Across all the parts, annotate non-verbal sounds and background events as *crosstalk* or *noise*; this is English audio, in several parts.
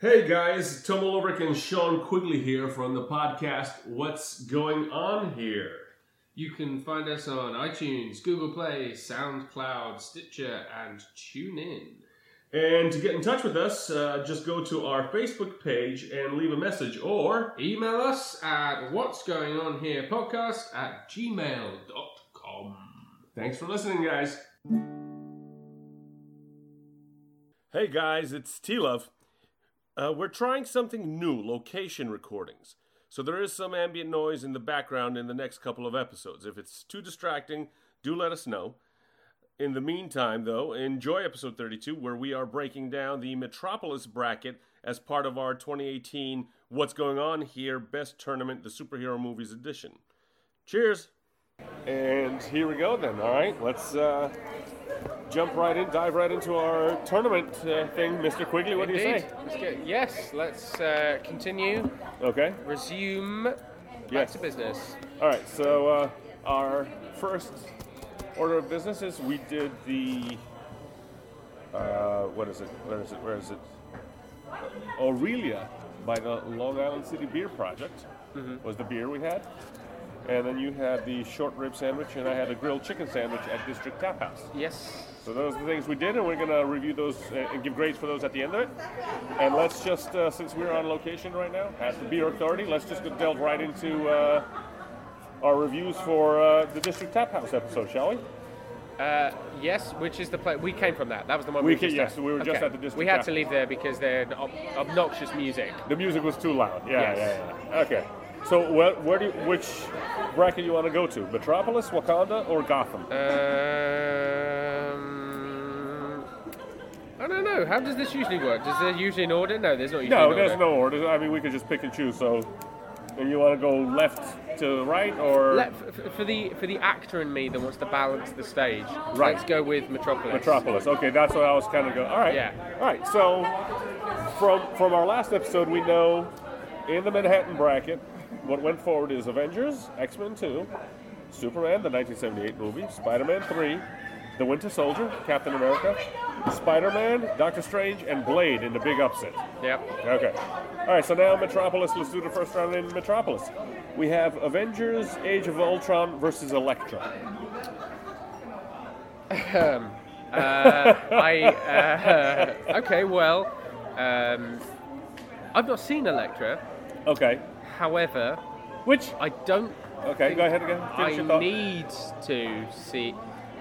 Hey guys, Tom Ulrich and Sean Quigley here from the podcast What's Going On Here? You can find us on iTunes, Google Play, SoundCloud, Stitcher, and TuneIn. And to get in touch with us, uh, just go to our Facebook page and leave a message or Email us at what's going on here podcast at gmail.com. Thanks for listening, guys. Hey guys, it's T Love. Uh, we're trying something new location recordings. So there is some ambient noise in the background in the next couple of episodes. If it's too distracting, do let us know. In the meantime, though, enjoy episode 32, where we are breaking down the Metropolis bracket as part of our 2018 What's Going On Here Best Tournament, the Superhero Movies Edition. Cheers! And here we go, then. All right, let's uh, jump right in, dive right into our tournament uh, thing. Mr. Quigley, what do you say? Let's go. Yes, let's uh, continue, Okay. resume back Yes. to business. All right. So uh, our first order of business is we did the uh, what is it? Where is it? Where is it? Uh, Aurelia by the Long Island City Beer Project was the beer we had, and then you had the short rib sandwich, and I had a grilled chicken sandwich at District Tap House. Yes. So those are the things we did, and we're going to review those uh, and give grades for those at the end of it. And let's just, uh, since we're on location right now at the Beer Authority, let's just go delve right into uh, our reviews for uh, the District Tap House episode, shall we? Uh, yes, which is the place we came from. That that was the one We we, ca- just yes, at. we were just at the district, We had yeah. to leave there because they're ob- obnoxious music. The music was too loud. Yeah, Yes. yeah, yeah. Okay. So where, where do you, which bracket you want to go to? Metropolis, Wakanda, or Gotham? Um, I don't know. How does this usually work? Is there usually an order? No, there's not usually No, an there's order. no order. I mean, we could just pick and choose. So, and you want to go left to right, or Let, for, for the for the actor in me that wants to balance the stage, Right. let's go with Metropolis. Metropolis. Okay, that's what I was kind of going. All right. Yeah. All right. So from from our last episode, we know in the Manhattan bracket, what went forward is Avengers, X Men Two, Superman, the 1978 movie, Spider Man Three, The Winter Soldier, Captain America, Spider Man, Doctor Strange, and Blade in the big upset. Yep. Okay. All right. So now Metropolis. Let's do the first round in Metropolis. We have Avengers: Age of Ultron versus Elektra. I uh, *laughs* okay. Well, um, I've not seen Electra. Okay. However, Which? I don't. Okay. think Go ahead again. Finish your I thought. need to see.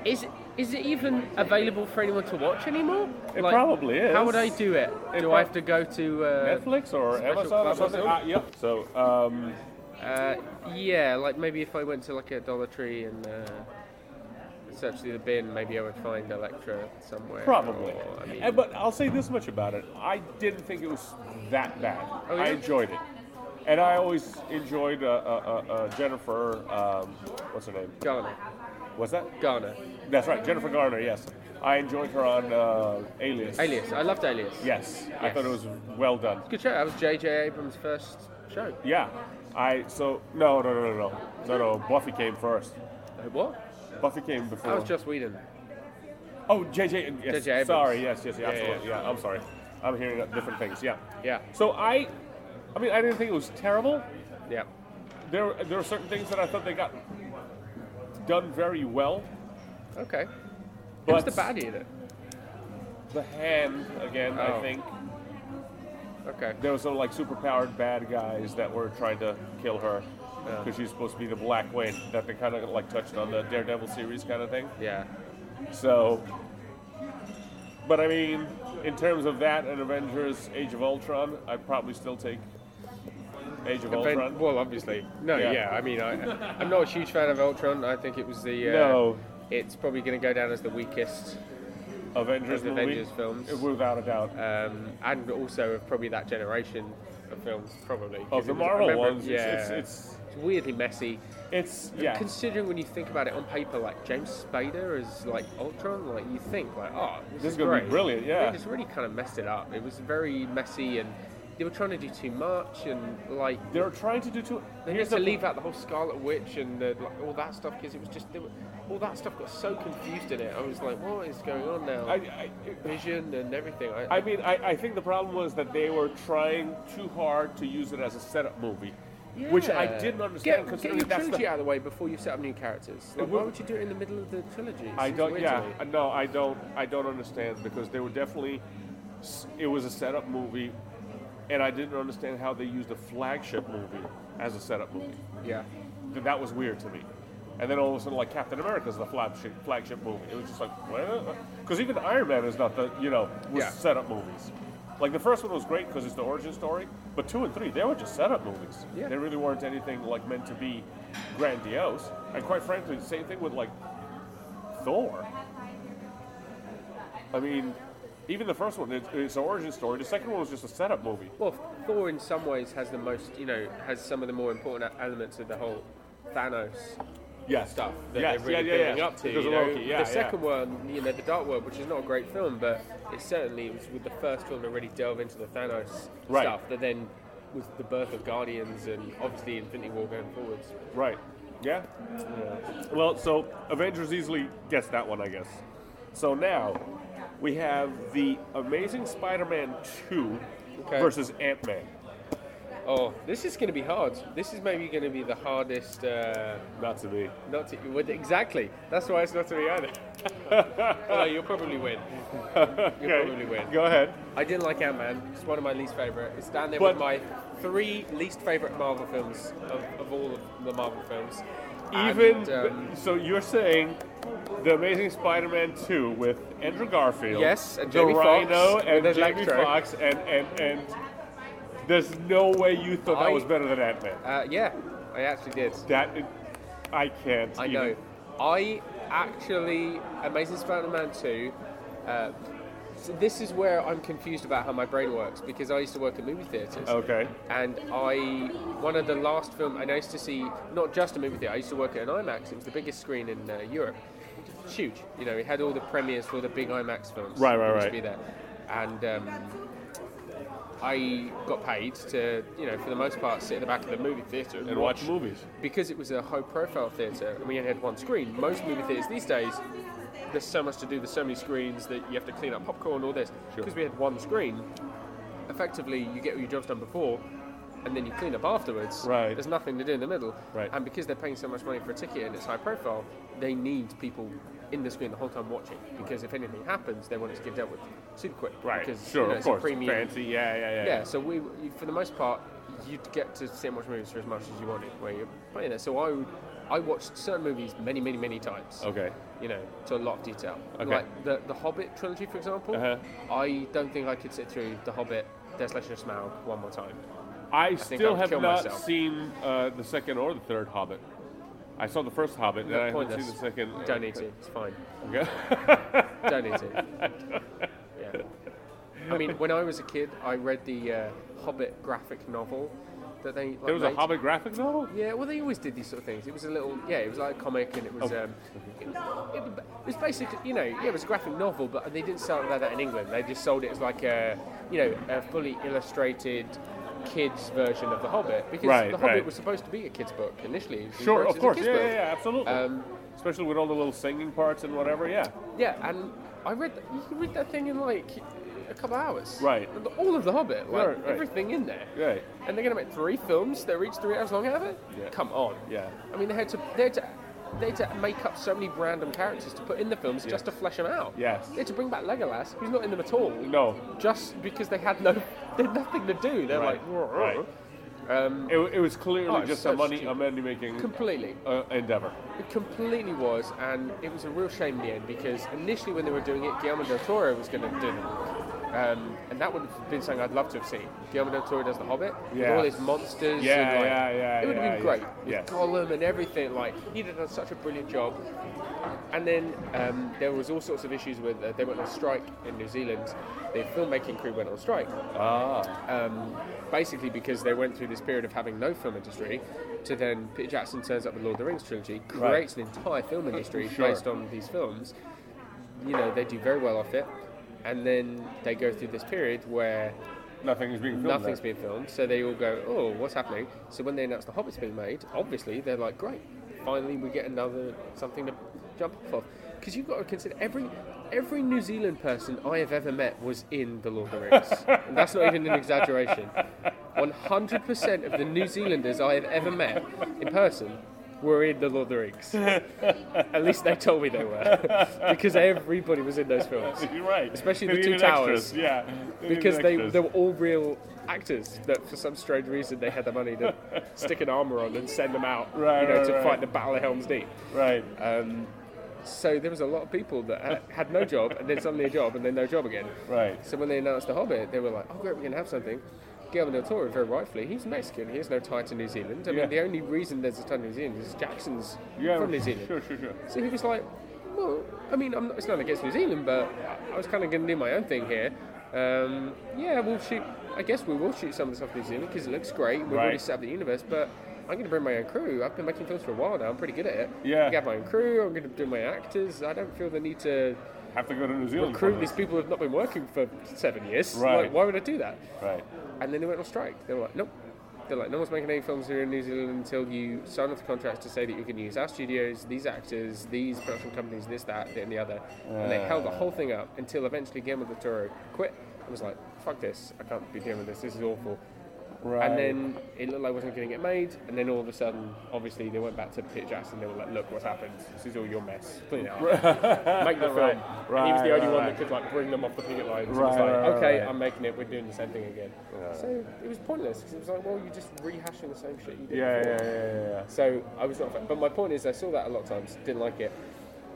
Is is it even available for anyone to watch anymore? It probably is. How would I do it? It do prob- I have to go to uh, Netflix or Special Amazon or Amazon? something? Ah, yep. So, um, Uh, yeah, like maybe if I went to like a Dollar Tree and uh, searched through the bin, maybe I would find Electra somewhere. probably. or, I mean, Eh, but I'll say this much about it: I didn't think it was that bad. Oh, yeah? I enjoyed it, and I always enjoyed uh, uh, uh, uh, Jennifer. Um, what's her name? Ghana, What's that? Ghana, That's right, Jennifer Garner. Yes, I enjoyed her on uh, Alias. Alias. I loved Alias. Yes, I Yes. thought it was well done. Good show. That was J.J. Abrams' first show. Yeah, I so no no no no no no no Buffy came first. Uh, What? Buffy came before. That was Joss Whedon. Oh, JJ. Yes. JJ Abrams. Sorry. Yes. Yes. Yeah, yeah, absolutely. Yeah, I'm sorry. I'm hearing different things. Yeah. Yeah. So I, I mean, I didn't think it was terrible. Yeah. There, there are certain things that I thought they got done very well. Okay. But Who's the baddie in it? The hand again. I Oh. think Okay. there was some like superpowered bad guys that were trying to kill her because she's supposed to be the Black Widow. That they kind of like touched on the Daredevil series kind of thing. Yeah. So, but I mean, in terms of that and Avengers: Age of Ultron, I would probably still take Age of Aven- Ultron. well, obviously. No, Yeah. yeah. I mean, I, I'm not a huge fan of Ultron. I think it was the. Uh, No. It's probably going to go down as the weakest Avengers the movie, Avengers films. Uh, without a doubt. um, and also of probably that generation of films, probably. 'Cause Of it Oh, the was- I Marvel remember- ones, yeah, it's, it's It's weirdly messy. it's it's yeah. Considering when you think about it on paper, like James Spader is like Ultron, like you think like, oh, this, This is is gonna be great. brilliant, yeah. They just really kind of messed it up. It was very messy and they were trying to do too much, and like They're trying to do too. they Here's need to the- leave out the whole Scarlet Witch and the, like, all that stuff because it was just they were, all that stuff got so confused in it. I was like, what is going on now? I, I, Vision and everything. I, I mean, I, I think the problem was that they were trying too hard to use it as a setup movie, which I Yeah. didn't understand. Get, get considering your that's trilogy the, out of the way before you set up new characters. Like, It would- why would you do it in the middle of the trilogy? It I seems don't. weird to Yeah, me. uh, no, I don't. I don't understand because they were definitely. s- It was a setup movie, and I didn't understand how they used a flagship movie as a setup movie. Yeah. Th- That was weird to me. And then all of a sudden, like Captain America's the flagship flagship movie. It was just like, because even Iron Man is not the you know was Yeah. setup movies. Like the first one was great because it's the origin story, but two and three they were just setup movies. Yeah. They really weren't anything like meant to be grandiose. And quite frankly, the same thing with like Thor. I mean, even the first one, it's, it's an origin story. The second one was just a setup movie. Well, Thor in some ways has the most, you know, has some of the more important e-, elements of the whole Thanos Yes. stuff that yes. they're really yeah, yeah, building yeah. up to. Because you of know? Loki. Yeah, yeah. the second one, you know, The Dark World, which is not a great film, but it certainly was with the first film that really delve into the Thanos Right. stuff that then was the birth of Guardians and obviously Infinity War going forwards. Right. Yeah. Well, so Avengers easily gets that one, I guess. So now we have the Amazing Spider-Man two Okay. versus Ant-Man. Oh, this is going to be hard. This is maybe going to be the hardest. Uh, Not to me. not to, well, exactly. That's why it's not to me *laughs* either. *laughs* Although you'll probably win. You'll Okay, probably win. Go ahead. I didn't like Ant Man. It's one of my least favorite. It's down there But- with my three least favorite Marvel films of, of all of the Marvel films. And, Even um, so, you're saying the Amazing Spider-Man two with Andrew Garfield, Yes, and the Jamie Foxx Rhino, with and Jamie Electro. Fox, and and and there's no way you thought I- that was better than Ant-Man. uh, yeah, I actually did. That I can't. I even- know. I actually Amazing Spider-Man two. Uh, so this is where I'm confused about how my brain works because I used to work at movie theaters. Okay. and I one of the last film and I used to see not just a movie theater. I used to work at an IMAX. It was the biggest screen in uh, Europe. It's huge, you know. It had all the premieres for the big IMAX films. Right, right, It used right. To be there, and um, I got paid to, you know, for the most part, sit at the back of the movie theater and, And watch movies. because it was a high profile theatre and we only had one screen, most movie theatres these days, there's so much to do, there's so many screens that you have to clean up popcorn, all this. Sure. Because we had one screen, effectively you get all your jobs done before and then you clean up afterwards. Right. There's nothing to do in the middle. Right. And because they're paying so much money for a ticket and it's high profile, they need people in the screen the whole time watching because if anything happens, they want it to get dealt with super quick. Right. Because, sure. you know, of it's a course. premium- Fancy. Yeah, yeah. Yeah. yeah, so we, you- for the most part, you'd get to sit and watch movies for as much as you wanted where you're playing it. So I, would, I watched certain movies many, many, many times. Okay. You know, to a lot of detail. Okay. Like the, the Hobbit trilogy, for example, Uh-huh. I don't think I could sit through The Hobbit, Desolation of Smaug one more time. I, think still I'd have kill not myself. seen uh, the second or the third Hobbit. I saw the first Hobbit, and I haven't Pointless. seen the second. uh, Don't *laughs* need to, it's fine. Okay. Don't *laughs* need to. Yeah. I mean, when I was a kid, I read the uh, Hobbit graphic novel that they. Like, there was a made. Hobbit graphic novel. Yeah, well, they always did these sort of things. It was a little, yeah, it was like a comic, and it was, Oh. um, it, it, was basically, you know, yeah, it was a graphic novel, but they didn't sell it like that in England. They just sold it as like a, you know, a fully illustrated kids version of The Hobbit because Right, The Hobbit right. was supposed to be a kids book initially. It was Sure, of encouraged as a course. kids Yeah, book. yeah, yeah, absolutely. Um, Especially with all the little singing parts and whatever. Yeah. yeah, and I read that, you can read that thing in like a couple hours. Right. All of The Hobbit, like Right, right. everything in there. Right. And they're going to make three films that are each three hours long out of it? Yeah. Come on. Yeah. I mean, they had to they had to they had to make up so many random characters to put in the films just to flesh them out. Yes. They had to bring back Legolas, who's not in them at all. No. Just because they had no, *laughs* they had nothing to do. They're Right. like, "Whoa." Right. Um, It, it was clearly Oh, it's just so a money stupid. a money making completely. uh, endeavor. It completely was, and it was a real shame in the end because initially when they were doing it, Guillermo del Toro was going to do them. Um, and that would have been something I'd love to have seen. Guillermo del Toro does The Hobbit with Yeah. all these monsters. Yeah, and, like, yeah, yeah, It would have yeah, been yeah. great. With Yes. Gollum and everything. Like he'd have done such a brilliant job. And then um, there was all sorts of issues with uh, they went on strike in New Zealand. The filmmaking crew went on strike Ah. um, basically because they went through this period of having no film industry to then Peter Jackson turns up with Lord of the Rings trilogy, Right. Uh, creates an entire film industry Sure. based on these films. You know, they do very well off it. And then they go through this period where Nothing is being filmed. Nothing's there. being filmed, so they all go, "Oh, what's happening?" So when they announced the Hobbit's being made, obviously they're like, "Great, finally we get another something to jump off of." Because you've got to consider every every New Zealand person I have ever met was in the Lord of the *laughs* Rings, and that's not even an exaggeration. One hundred percent of the New Zealanders I have ever met in person were in the Lord of *laughs* the Rings. At least they told me they were, *laughs* because everybody was in those films. *laughs* You're right. Especially They the two needed towers. extras, Yeah. needed *laughs* because they, extras. they were all real actors that for some strange reason they had the *laughs* money to stick an armor on and send them out Right, you know right, to right. fight the battle of helms deep right. so there was a lot of people that had, had no job and then suddenly a job and then no job again right. so when they announced the hobbit they were like oh great we're going to have something Guillermo del Toro, very rightfully, he's Mexican. He has no tie to New Zealand. I Yeah. mean, the only reason there's a tie to New Zealand is Jackson's Yeah. from New Zealand. Sure, sure, sure. So he was like, well, I mean, I'm not, it's not against New Zealand, but I was kind of going to do my own thing here. Um, yeah, we'll shoot. I guess we will shoot some of the stuff in New Zealand because it looks great. We've already Right. set up the universe, but I'm going to bring my own crew. I've been making films for a while now. I'm pretty good at it. Yeah. I got my own crew. I'm going to do my actors. I don't feel the need to Have to go to New Zealand. for recruit this. these people who've not been working for seven years. Right. Like, why would I do that? Right. And then they went on strike. They were like, nope. They're like, no one's making any films here in New Zealand until you sign off the contracts to say that you can use our studios, these actors, these production companies, this, that, and the other. And they held the whole thing up until eventually Guillermo del Toro quit and was like, fuck this, I can't be dealing with this, this is awful. Right. And then it looked like it wasn't going to get made. And then all of a sudden, obviously, they went back to Peter Jackson. They were like, look, what's happened? This is all your mess. Clean it up. *laughs* Make the film. Right, and he was right, the only right, one right. that could like bring them off the picket lines. and Right, was like, right, right, okay, right. I'm making it. We're doing the same thing again. So it was pointless because it was like, well, you're just rehashing the same shit you did. Yeah, before. yeah, yeah, yeah, yeah. So I was not. a fan. But my point is, I saw that a lot of times. Didn't like it.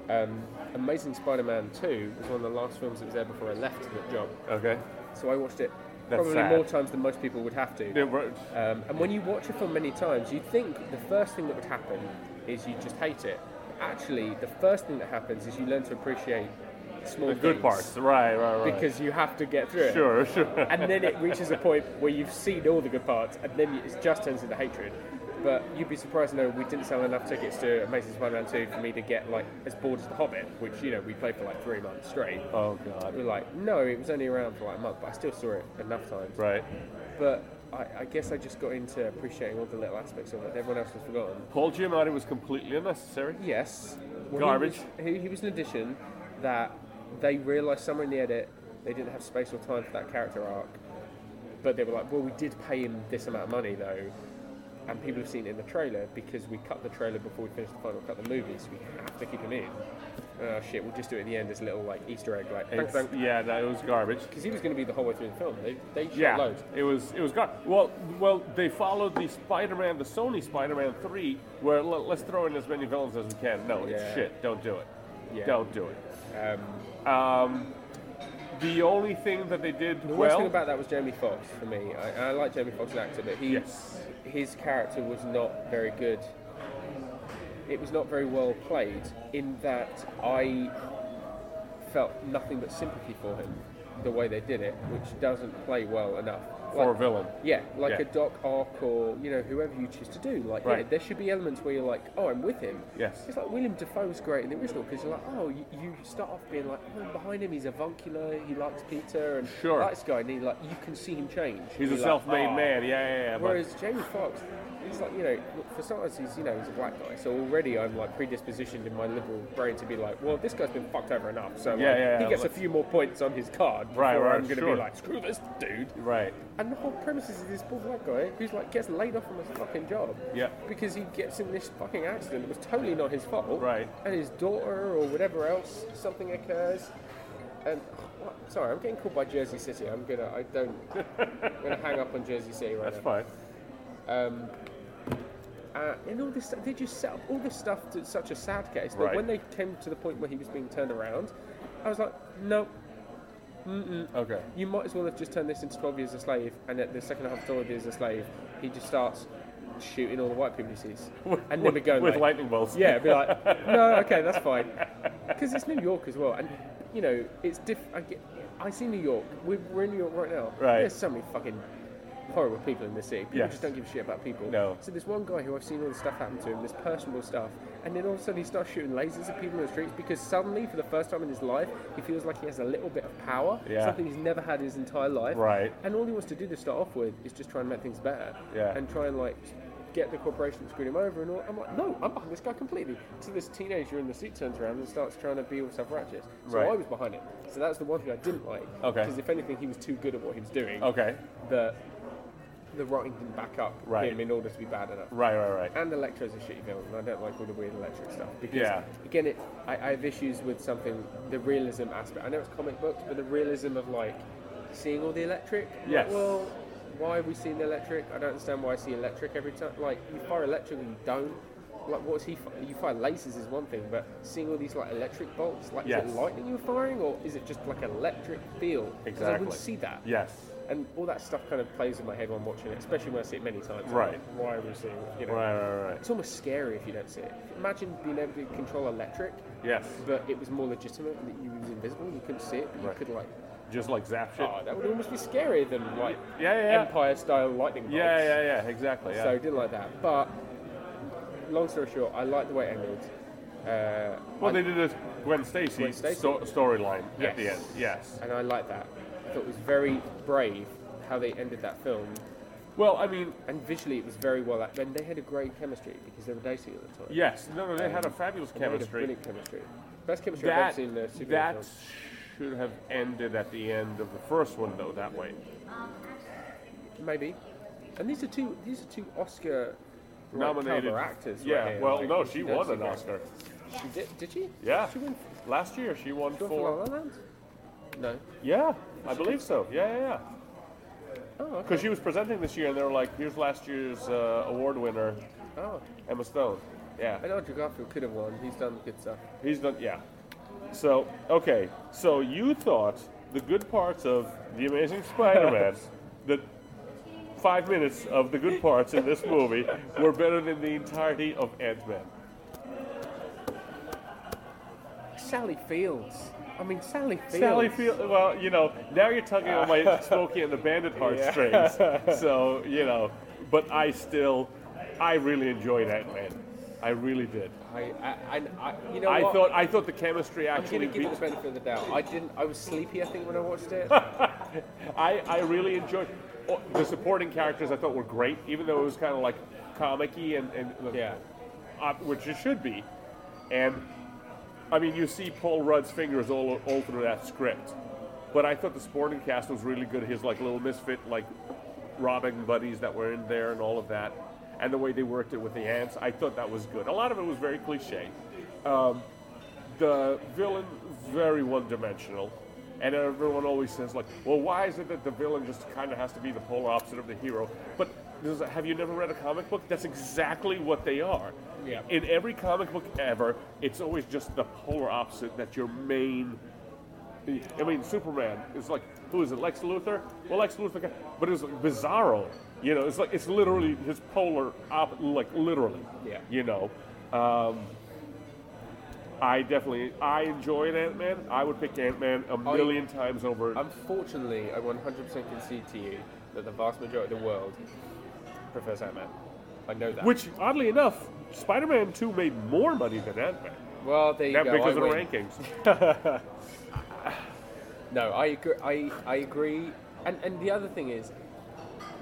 Um, Amazing Spider-Man 2 was one of the last films that was there before I left the job. Okay. So I watched it That's probably sad. more times than most people would have to. Yeah, right. Um, and when you watch a film many times, you think the first thing that would happen is you just hate it. Actually, the first thing that happens is you learn to appreciate small The good things parts. Right, right, right. because you have to get through it. sure, *laughs* sure. And then it reaches a point where you've seen all the good parts, and then it just turns into hatred. But you'd be surprised to know we didn't sell enough tickets to Amazing Spider-Man 2 for me to get like as bored as The Hobbit, which you know we played for like three months straight. Oh We god. were like, no, it was only around for like a month, but I still saw it enough times Right. but I, I guess I just got into appreciating all the little aspects of it. that Everyone else has forgotten. Paul Giamatti was completely unnecessary. Yes, he Garbage. was- He, he was an addition that they realised somewhere in the edit they didn't have space or time for that character arc, but they were like, well, we did pay him this amount of money though. And people have seen it in the trailer because we cut the trailer before we finished the final cut of the movie, so we have to keep him in. Oh shit, we'll just do it at the end as a little like Easter egg, like It's- because Yeah, that was garbage. he was going to be the whole way through the film. They they shot Yeah, loads. it was it was gone. Well, well, they followed the Spider-Man, the Sony Spider-Man three, where l- let's throw in as many villains as we can. No, it's Yeah. shit. Don't do it. Yeah. Don't do it. Um, The only thing that they did The worst well, thing about that was Jamie Foxx for me. I, I like Jamie Foxx as an actor, but he, Yes. his character was not very good. It was not very well played in that I felt nothing but sympathy for him the way they did it, which doesn't play well enough. For a villain. Yeah, like Yeah. a Doc Ark or, you know, whoever you choose to do. Like, yeah, Right. there should be elements where you're like, oh, I'm with him. Yes. It's like William Defoe's great in the original because you're like, oh, you, you start off being like, oh, behind him he's avuncular, he likes Peter, and Sure. likes guy, and he like you can see him change. he's You're a like, self-made "Oh." man. Yeah, yeah, yeah. But, Whereas Jamie Foxx, he's like, you know, look, for starters, he's you know he's a black guy, so already I'm like predispositioned in my liberal brain to be like, well, this guy's been fucked over enough, so like, Yeah, yeah, he yeah, gets a let's- few more points on his card Right, before right, I'm going to sure. be like, screw this dude. right. And the whole premise is this poor black guy who's like gets laid off from his fucking job. Yeah. Because he gets in this fucking accident that was totally not his fault. Right. And his daughter or whatever else, something occurs. And what? sorry, I'm getting called by Jersey City. I'm gonna I don't I'm gonna hang up on Jersey City right That's now. fine. Uh, and all this stuff, they just set up all this stuff to such a sad case that Right. when they came to the point where he was being turned around, I was like, nope. Okay. you might as well have just turned this into 12 Years a Slave, and at the second half of 12 Years a Slave, he just starts shooting all the white people he sees. And then we go *laughs* with like, lightning bolts. Yeah, be *laughs* like, no, okay, that's fine. Because it's New York as well, and you know, it's diff. I, get, I see New York. We're, we're in New York right now. Right. There's so many fucking horrible people in this city. People Yes. just don't give a shit about people. No. So this one guy who I've seen all this stuff happen to him, this personable stuff, and then all of a sudden he starts shooting lasers at people in the streets because suddenly, for the first time in his life, he feels like he has a little bit of power, Yeah. something he's never had his entire life. Right. And all he wants to do to start off with is just try and make things better. Yeah. And try and like get the corporation that screwed him over and all. I'm like, no, I'm behind this guy completely. So this teenager in the seat turns around and starts trying to be all self-righteous. So Right. I was behind it. So that's the one thing I didn't like. Okay. Because if anything, he was too good at what he was doing. Okay. That the writing didn't back up Right. him in order to be bad enough. Right, right, right. And Electro's a shitty villain, and I don't like all the weird Electric stuff. Because, Yeah. again, it, I, I have issues with something, the realism aspect. I know it's comic books, but the realism of, like, seeing all the Electric. I'm Yes. Like, well, why are we seeing the Electric? I don't understand why I see Electric every time. Like, you fire Electric and you don't. Like, what's he... Fi- you fire lasers is one thing, but seeing all these, like, electric bolts, like, Yes. is it lightning you're firing, or is it just, like, an electric field? 'Cause I Exactly. wouldn't see that. Yes. And all that stuff kind of plays in my head when I'm watching it, especially when I see it many times. I'm Right. like, Why are we seeing, you know... Right, right, right. It's almost scary if you don't see it. Imagine being able to control electric, Yes. but it was more legitimate and that you was invisible and you couldn't see it, but Right. you could like. Just like zap shit. Oh, that would almost be scarier than like Yeah, yeah, yeah. Empire-style lightning bolts. Yeah, yeah, yeah. Exactly. Yeah. So I didn't like that. But long story short, I like the way it ended. Uh, well, I- they did a Gwen Stacy, Gwen Stacy. sto- storyline at Yes. the end. Yes. and I like that. I thought it was very brave how they ended that film, Well, I mean, and visually it was very well. act- And they had a great chemistry because they were dating at the time. yes. No, no. They had a fabulous And they had a chemistry. brilliant chemistry. Best chemistry I've ever That seen in a superhero that film. should have ended at the end of the first one, though. That way. Maybe. And these are two. These are two Oscar like, Nominated caliber actors. Yeah. right here. well, Like, no. you She don't won see an very- Oscar. She did. Did she? Yeah. She won. Last year, she won She won four. for La La Land. No. Yeah, I believe so. Yeah, yeah, yeah. Oh. Okay. Because she was presenting this year, and they were like, "Here's last year's uh, award winner, Oh. Emma Stone." Yeah. And Andrew Garfield could have won. He's done good stuff. He's done. Yeah. So okay. So you thought the good parts of the Amazing *laughs* Spider-Man, the five minutes of the good parts in this movie, were better than the entirety of Ant-Man. Sally Fields. I mean, Sally Fields. Sally Field. Well, you know, now you're tugging on *laughs* my Smokey and the Bandit heartstrings. So you know, but I still, I really enjoyed Ant-Man. I really did. I, I, I, I- you know I what? thought I thought the chemistry I'm actually gonna give beat. it the benefit of the doubt. I didn't. I was sleepy. I think when I *laughs* watched it. I, I really enjoyed oh, the supporting characters. I thought were great, even though it was kind of like comic-y and, and yeah. uh, which it should be. And I mean, you see Paul Rudd's fingers all all through that script. But I thought the supporting cast was really good. His like little misfit like Robin buddies that were in there and all of that, and the way they worked it with the ants. I thought that was good. A lot of it was very cliche. Um, the villain very one-dimensional. And everyone always says, like, well, why is it that the villain just kind of has to be the polar opposite of the hero? But there's a- have you never read a comic book? That's exactly what they are. Yeah. In every comic book ever, it's always just the polar opposite that your main. I mean, Superman is like, who is it, Lex Luthor? Well, Lex Luthor, got- but it's like Bizarro. You know, it's like it's literally his polar op, like literally. Yeah. You know, I definitely I enjoyed Ant Man. I would pick Ant Man a I- million times over. Unfortunately, I 100% concede to you that the vast majority of the world prefers Ant Man. I know that. which, oddly enough, Spider Man 2 made more money than Ant Man. well, there you That go. because I of the win. rankings. *laughs* No, I agree. I, I agree. And and the other thing is,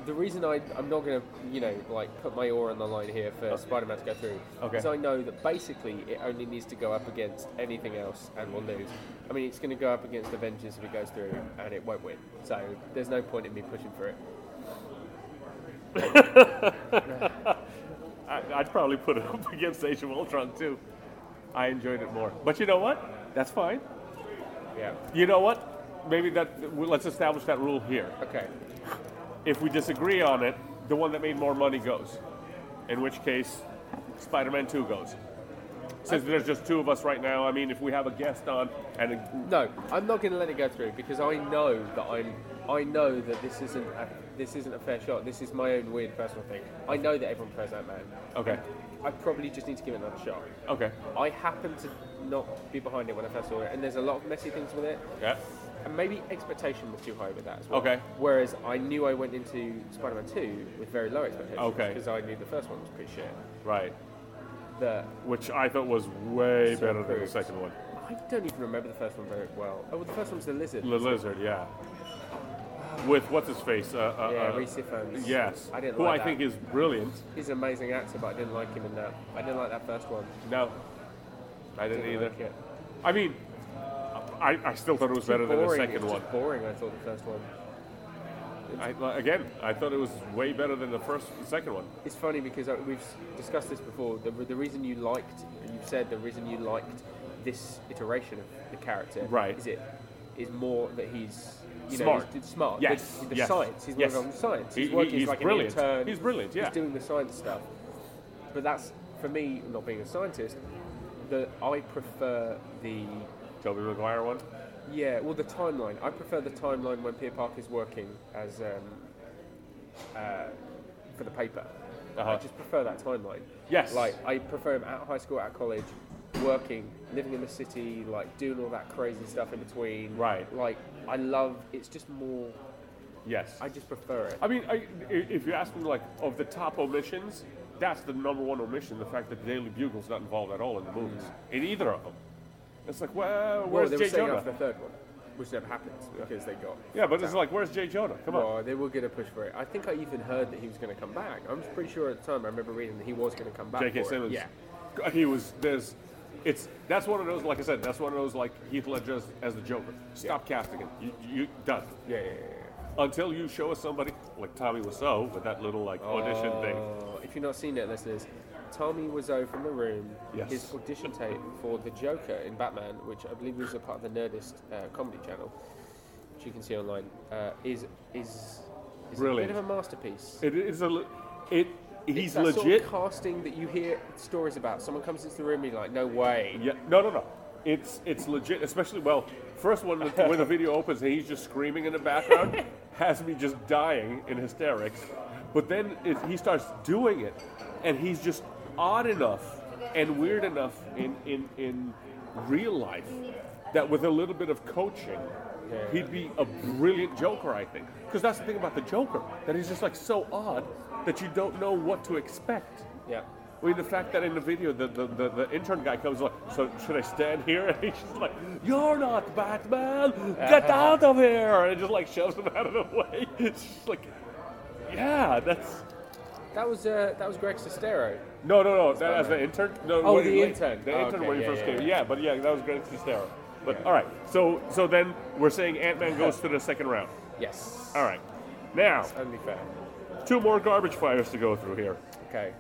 the reason I I'm not going to you know like put my oar on the line here for Spider-Man to go through Okay. is I know that basically it only needs to go up against anything else and will lose. I mean, it's going to go up against Avengers if it goes through and it won't win. So there's no point in me pushing for it. I, I'd probably put it up *laughs* against Age of Ultron too. I enjoyed it more. But you know what? That's fine. Yeah. You know what? Maybe that let's establish that rule here. Okay. If we disagree on it, the one that made more money goes. In which case, Spider-Man 2 goes. Since there's just two of us right now, I mean, if we have a guest on and a No, I'm not going to let it go through because I know that I'm. I know that this isn't a, this isn't a fair shot. This is my own weird personal thing. I know that everyone prefers Ant Man. Okay. I probably just need to give it another shot. Okay. I happen to not be behind it when I first saw it, and there's a lot of messy things with it. Yeah. and maybe expectation was too high with that as well. Okay. Whereas I knew I went into Spider-Man Two with very low expectations. Okay. Because I knew the first one was pretty shit. Right. That Which I thought was way So better than the improved. second one. I don't even remember the first one very well. Oh, well, the first one's the lizard. The lizard, yeah. With what's his face? Uh, uh, yeah, uh, Reese Ifans. yes. I didn't Who like I that. think is brilliant. He's an amazing actor, but I didn't like him in that. I didn't like that first one. No, I didn't, either. like it. I mean, I, I still thought it was better Too than boring. the It second was one. just boring. I thought the first one. I, like, again, I thought it was way better than the first, the second one. It's funny because uh, we've s- discussed this before. The, the reason you liked, you've said the reason you liked this iteration of the character, Right. Is it is more that he's you Smart. Know, he's, d- smart. Yes, The, the yes, science. He's yes. working on the science. He- He's he- working as he's like brilliant. an intern. He's brilliant, yeah. He's doing the science stuff. But that's for me, not being a scientist, that I prefer the Toby Maguire one. yeah. Well, the timeline. I prefer the timeline when Peter Parker's working as um, uh, for the paper. Uh-huh. I just prefer that timeline. Yes. Like I prefer him at high school, at college, working, living in the city, like doing all that crazy stuff in between. Right. Like I love. It's just more. yes. I just prefer it. I mean, I, i- if you ask me, like, of the top omissions, that's the number one omission the fact that the Daily Bugle's not involved at all in the movies, in either of them. It's like, well, Hmm. well, where's they were Jay setting Jonah? up the third one, which never happens because they got. Yeah, but it's out. like, where's Jay Jonah? Come on. Well, they were going to push for it. I think I even heard that he was going to come back. I'm just pretty sure at the time. I remember reading that he was going to come back. J.K. for it. Simmons. Yeah. He was there's it's that's one of those like I said that's one of those like Heath Ledger as, as the Joker. Stop casting him. You, you done Yeah. Yeah. yeah, yeah. until you show us somebody like Tommy Wiseau with that little like audition thing. Oh, If you've not seen it, listeners, Tommy Wiseau from The Room, Yes. his audition tape for The Joker in Batman, which I believe was a part of the Nerdist uh, comedy channel, which you can see online, uh, is is, is a Brilliant. bit of a masterpiece. It is a le- it he's It's that legit. Sort of casting that you hear stories about. Someone comes into the room and you're like, no way. yeah, no, no, no. It's it's legit. Especially well, first one with, when the video opens and he's just screaming in the background has me just dying in hysterics. But then it, he starts doing it, and he's just odd enough and weird enough in in in real life that with a little bit of coaching. He'd be a brilliant Joker, I think, because that's the thing about the Joker that he's just like so odd that you don't know what to expect. Yeah. I mean, the fact that in the video, the, the, the, the intern guy comes like, so should I stand here? *laughs* And he's just like, you're not Batman! Get out of here! And just like shoves him *laughs* out of the way. It's just like, yeah, that's... That was uh, that was Greg Sestero. No, no, no, that as the intern? No, Oh, when- the when- intern. The Oh, intern okay, when he yeah, first yeah, came. yeah. Yeah, but yeah, that was Greg Sestero. But Yeah. all right, so so then we're saying Ant-Man goes to the second round. Yes. All right. Now, Only fair. two more garbage fires to go through here. Okay.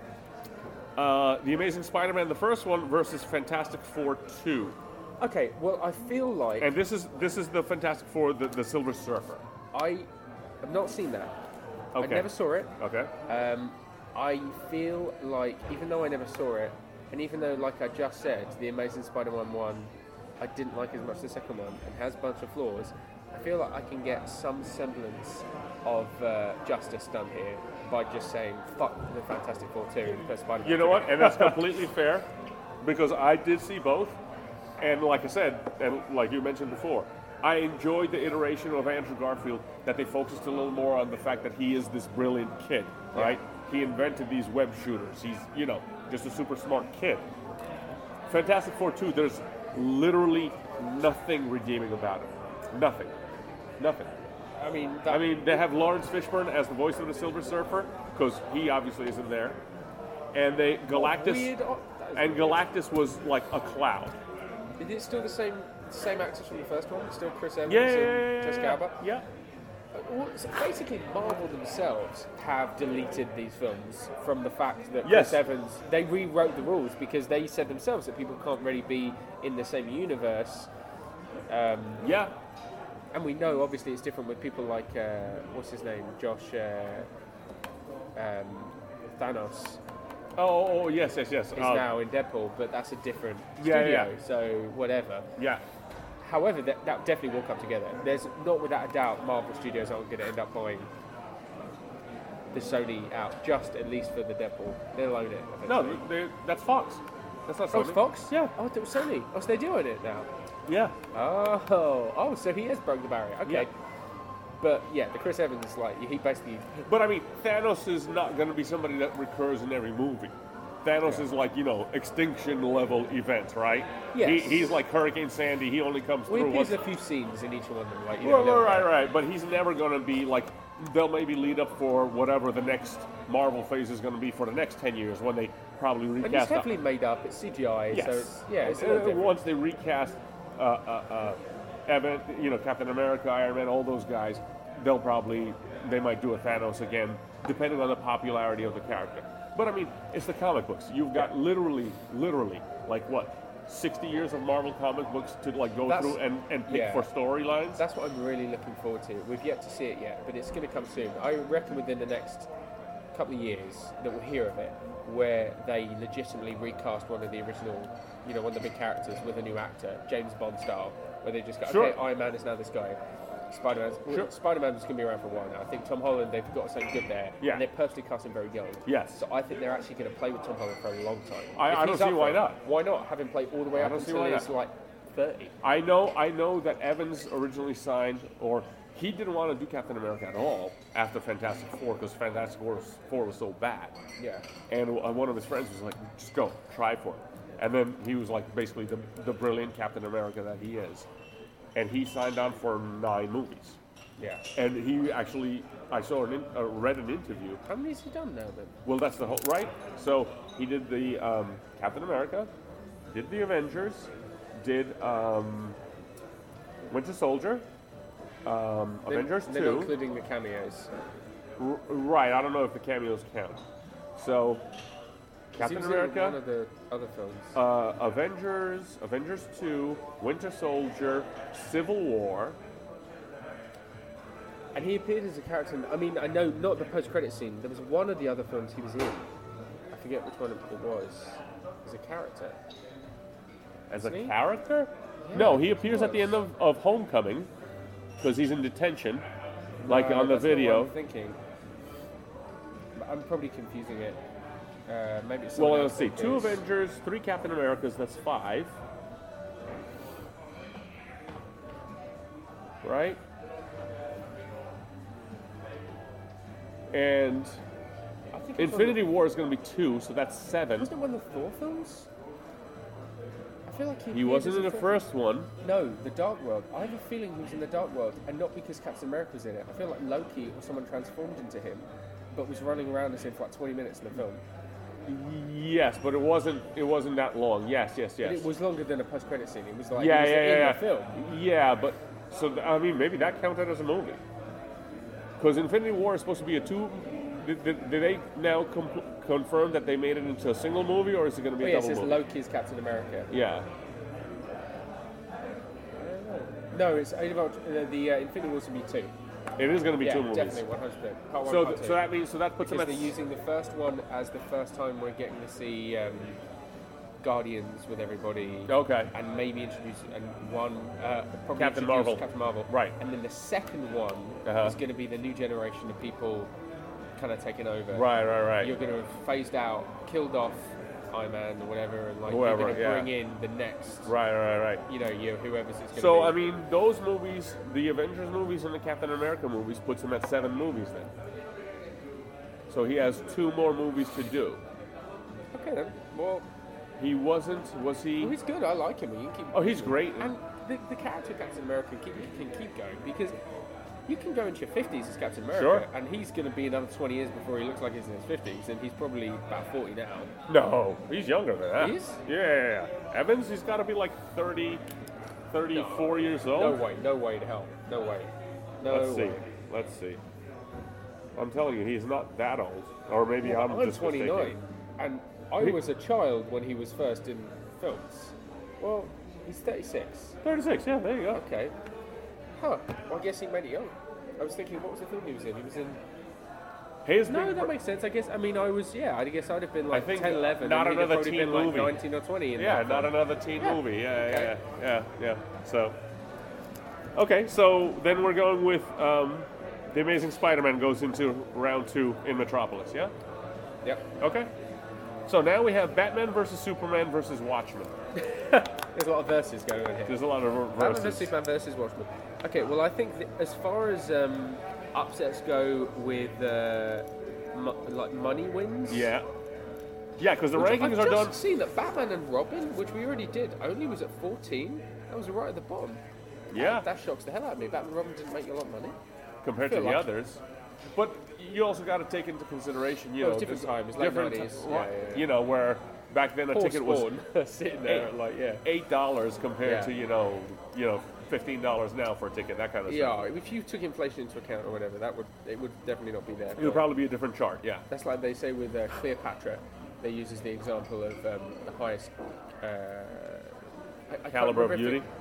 Uh, the Amazing Spider-Man, the first one, versus Fantastic Four 2. Okay. Well, I feel like And this is this is the Fantastic Four, the, the Silver Surfer. I have not seen that. Okay. I never saw it. Okay. Um, I feel like, even though I never saw it, and even though, like I just said, The Amazing Spider-Man 1, I didn't like as much as the second one, and has a bunch of flaws, I feel like I can get some semblance of uh, justice done here by just saying, fuck the Fantastic Four 2 and put Spider-Man You know what? together." And that's completely fair, because I did see both, and like I said, and like you mentioned before, I enjoyed the iteration of Andrew Garfield that they focused a little more on the fact that he is this brilliant kid, right? He invented these web shooters. He's you know just a super smart kid. Fantastic Four 2, there's literally nothing redeeming about it. Nothing. Nothing. I mean, that, I mean, they have Lawrence Fishburne as the voice of the Silver Surfer because he obviously isn't there, and they Galactus weird op- that is and weird. Galactus was like a cloud. is it still the same same actors from the first one? Still Chris Evans Yeah, yeah, and yeah, yeah, Jessica yeah. Alba? Yeah. Well, so basically, Marvel themselves have deleted these films from the fact that Yes. Chris Evans. They rewrote the rules because they said themselves that people can't really be in the same universe. yeah, And we know, obviously, it's different with people like uh, what's his name, Josh uh, um, Thanos, Oh, Oh, oh, yes, yes, yes. is Uh, now in Deadpool, but that's a different Yeah, studio. yeah. So whatever. Yeah. However, that, that definitely will come together. There's not without a doubt Marvel Studios aren't going to end up buying the Sony out just at least for the Deadpool. They'll own it. No, eventually. they, that's Fox. That's not oh, it's Sony. Fox. Yeah. Oh, it was Sony. Oh, so they do own it now. Yeah. Oh, oh, so he has broke the barrier. Okay. Yeah. But yeah, the Chris Evans, like, he basically. But I mean, Thanos is not going to be somebody that recurs in every movie. Thanos Yeah. is like, you know, extinction level events, right? He, Yes. he's like Hurricane Sandy. He only comes Well, he through appears once. in a few scenes in each one of them. Like, you Well, know, well, right, right. But he's never going to be like, they'll maybe lead up for whatever the next Marvel phase is going to be for the next 10 years when they probably But it's recast. heavily made up. It's CGI. Yes. So it's, yeah, it's a Uh, little different. once they recast uh, uh, uh, Evan, you know, Captain America, Iron Man, all those guys, they'll probably they might do a Thanos again, depending on the popularity of the character. But I mean, it's the comic books. You've got literally, literally, like what, sixty years of Marvel comic books to like go That's- through and, and pick yeah. for storylines. That's what I'm really looking forward to. We've yet to see it yet, but it's going to come soon. I reckon within the next couple of years that we'll hear of it, where they legitimately recast one of the original, you know, one of the big characters with a new actor, James Bond style, where they just go, Sure. okay, Iron Man is now this guy. Spider Man's Sure. Spider Man's going to be around for a while now. I think Tom Holland, they've got something good there. Yeah. And they're purposely casting very young. Yes. So I think they're actually going to play with Tom Holland for a long time. I- If I he's don't see up why for it, not. Why not have him play all the way up don't see until why he's not. like 30? I know, I know that Evans originally signed, or he didn't want to do Captain America at all after Fantastic Four because Fantastic Four was- Four was so bad. Yeah. And uh, one of his friends was like, just go, try for it. And then he was like basically the, the brilliant Captain America that he is. And he signed on for nine movies. Yeah. And he actually, I saw an, in, uh, read an interview. How many has he done now then? Well, that's the whole, right? So he did the um, Captain America, did the Avengers, did um, Winter Soldier, um, They're- Avengers they're 2. not including the cameos. R- right, I don't know if the cameos count. So Captain He was in One America, of the other films. uh, Avengers, Avengers 2, Winter Soldier, Civil War. and he appeared as a character. In, I mean, I know not the post-credit scene. There was one of the other films he was in. I forget which one it was. As a character. As a Isn't he? character? Yeah, no, he he appears at the was. end of, of Homecoming because he's in detention, like Uh, on the that's not what video. I'm thinking. But I'm probably confusing it. Uh, maybe it's. Well, someone let's else see. that Two is. Avengers, three Captain Americas, that's five. Right? And I think it's one of the- Infinity War is going to be two, so that's seven. Wasn't it one of the Thor films? I feel like he. He appeared wasn't as in a the Thor- first one. No, the Dark World. I have a feeling he was in the Dark World, and not because Captain America's in it. I feel like Loki or someone transformed into him, but was running around as him for like 20 minutes in the film. Yes, but it wasn't. It wasn't that long. Yes, yes, yes. But it was longer than a post-credit scene. It was like yeah, he was yeah, in yeah, yeah. the film. Yeah, but so th- I mean, maybe that counted as a movie. Because Infinity War is supposed to be a two. Did, did, did they now com- confirm that they made it into a single movie, or is it going to be Oh, a yeah, it double says movie? Loki is Captain America. yeah. No, it's only about uh, the uh, Infinity War's gonna be two. It is going to be yeah, two movies. definitely 100. Part one, So, part th- two. so that means so that puts them because at they're using the first one as the first time we're getting to see um, Guardians with everybody. Okay. And maybe introduce and one uh, probably Captain introduce Marvel. Captain Marvel. Right. And then the second one Uh-huh. is going to be the new generation of people kind of taking over. right, right, right. You're going to have phased out, killed off Iron Man or whatever, and like Whoever, you're going to yeah. bring in the next. right, right, right. You know, you whoever's it's going to So be. I mean, those movies, the Avengers movies and the Captain America movies, puts him at seven movies then. So he has two more movies to do. okay then. Well, He wasn't, was he? he's good. I like him. You can keep Oh, he's great. And the, the character of Captain America keep, can keep going because you can go into your 50s as Captain America, Sure. and he's going to be another 20 years before he looks like he's in his 50s, and he's probably about 40 now. No, he's younger than that. He is? Yeah, yeah, yeah. Evans, he's got to be like 30, 34 years old. No way, no way to hell. No way. No Let's see. way. Let's see. I'm telling you, he's not that old. Or maybe I'm, I'm just 29, mistaken. and I He- was a child when he was first in films. Well, he's 36. 36, yeah, there you go. Okay. Huh. Well, I guess he made it young. I was thinking, what was the film he was in? He was in. His No, big that bro- makes sense. I guess. I mean, I was. Yeah, I guess I'd have been like think 10, 11. not and he'd have another probably teen been like movie. 19 or 20. In Yeah, that not film. another teen Yeah. movie. Yeah, Okay. yeah, yeah, yeah. So, okay, so then we're going with um, The Amazing Spider Man goes into round two in Metropolis, yeah? Yep. Okay. So now we have Batman versus Superman versus Watchmen. There's a lot of verses going on here. There's a lot of Batman vs verses. Superman versus Watchmen. Okay, well, I think that as far as um, upsets go with uh, mo- like money wins. Yeah. Yeah, because the Which rankings I've are just done. seen that Batman and Robin, which we already did, only was at 14. That was right at the bottom. Yeah, That shocks the hell out of me. Batman and Robin didn't make a lot of money. compared to feel the like- others. But you also got to take into consideration, you Well, know, it's different the- time, it's late different 90s. ti- Yeah, right, yeah, yeah. You know, where back then a Poor ticket was *laughs* Spawn, sitting there, eight- like yeah. eight dollars compared Yeah. to you know, you know, fifteen dollars now for a ticket. That kind of stuff. *laughs* Yeah, if you took inflation into account or whatever, that would it would definitely not be there. It would probably be a different chart. Yeah. That's like they say with uh, Cleopatra. They use as the example of um, the highest uh, I- I can't Caliber of remember if beauty. it-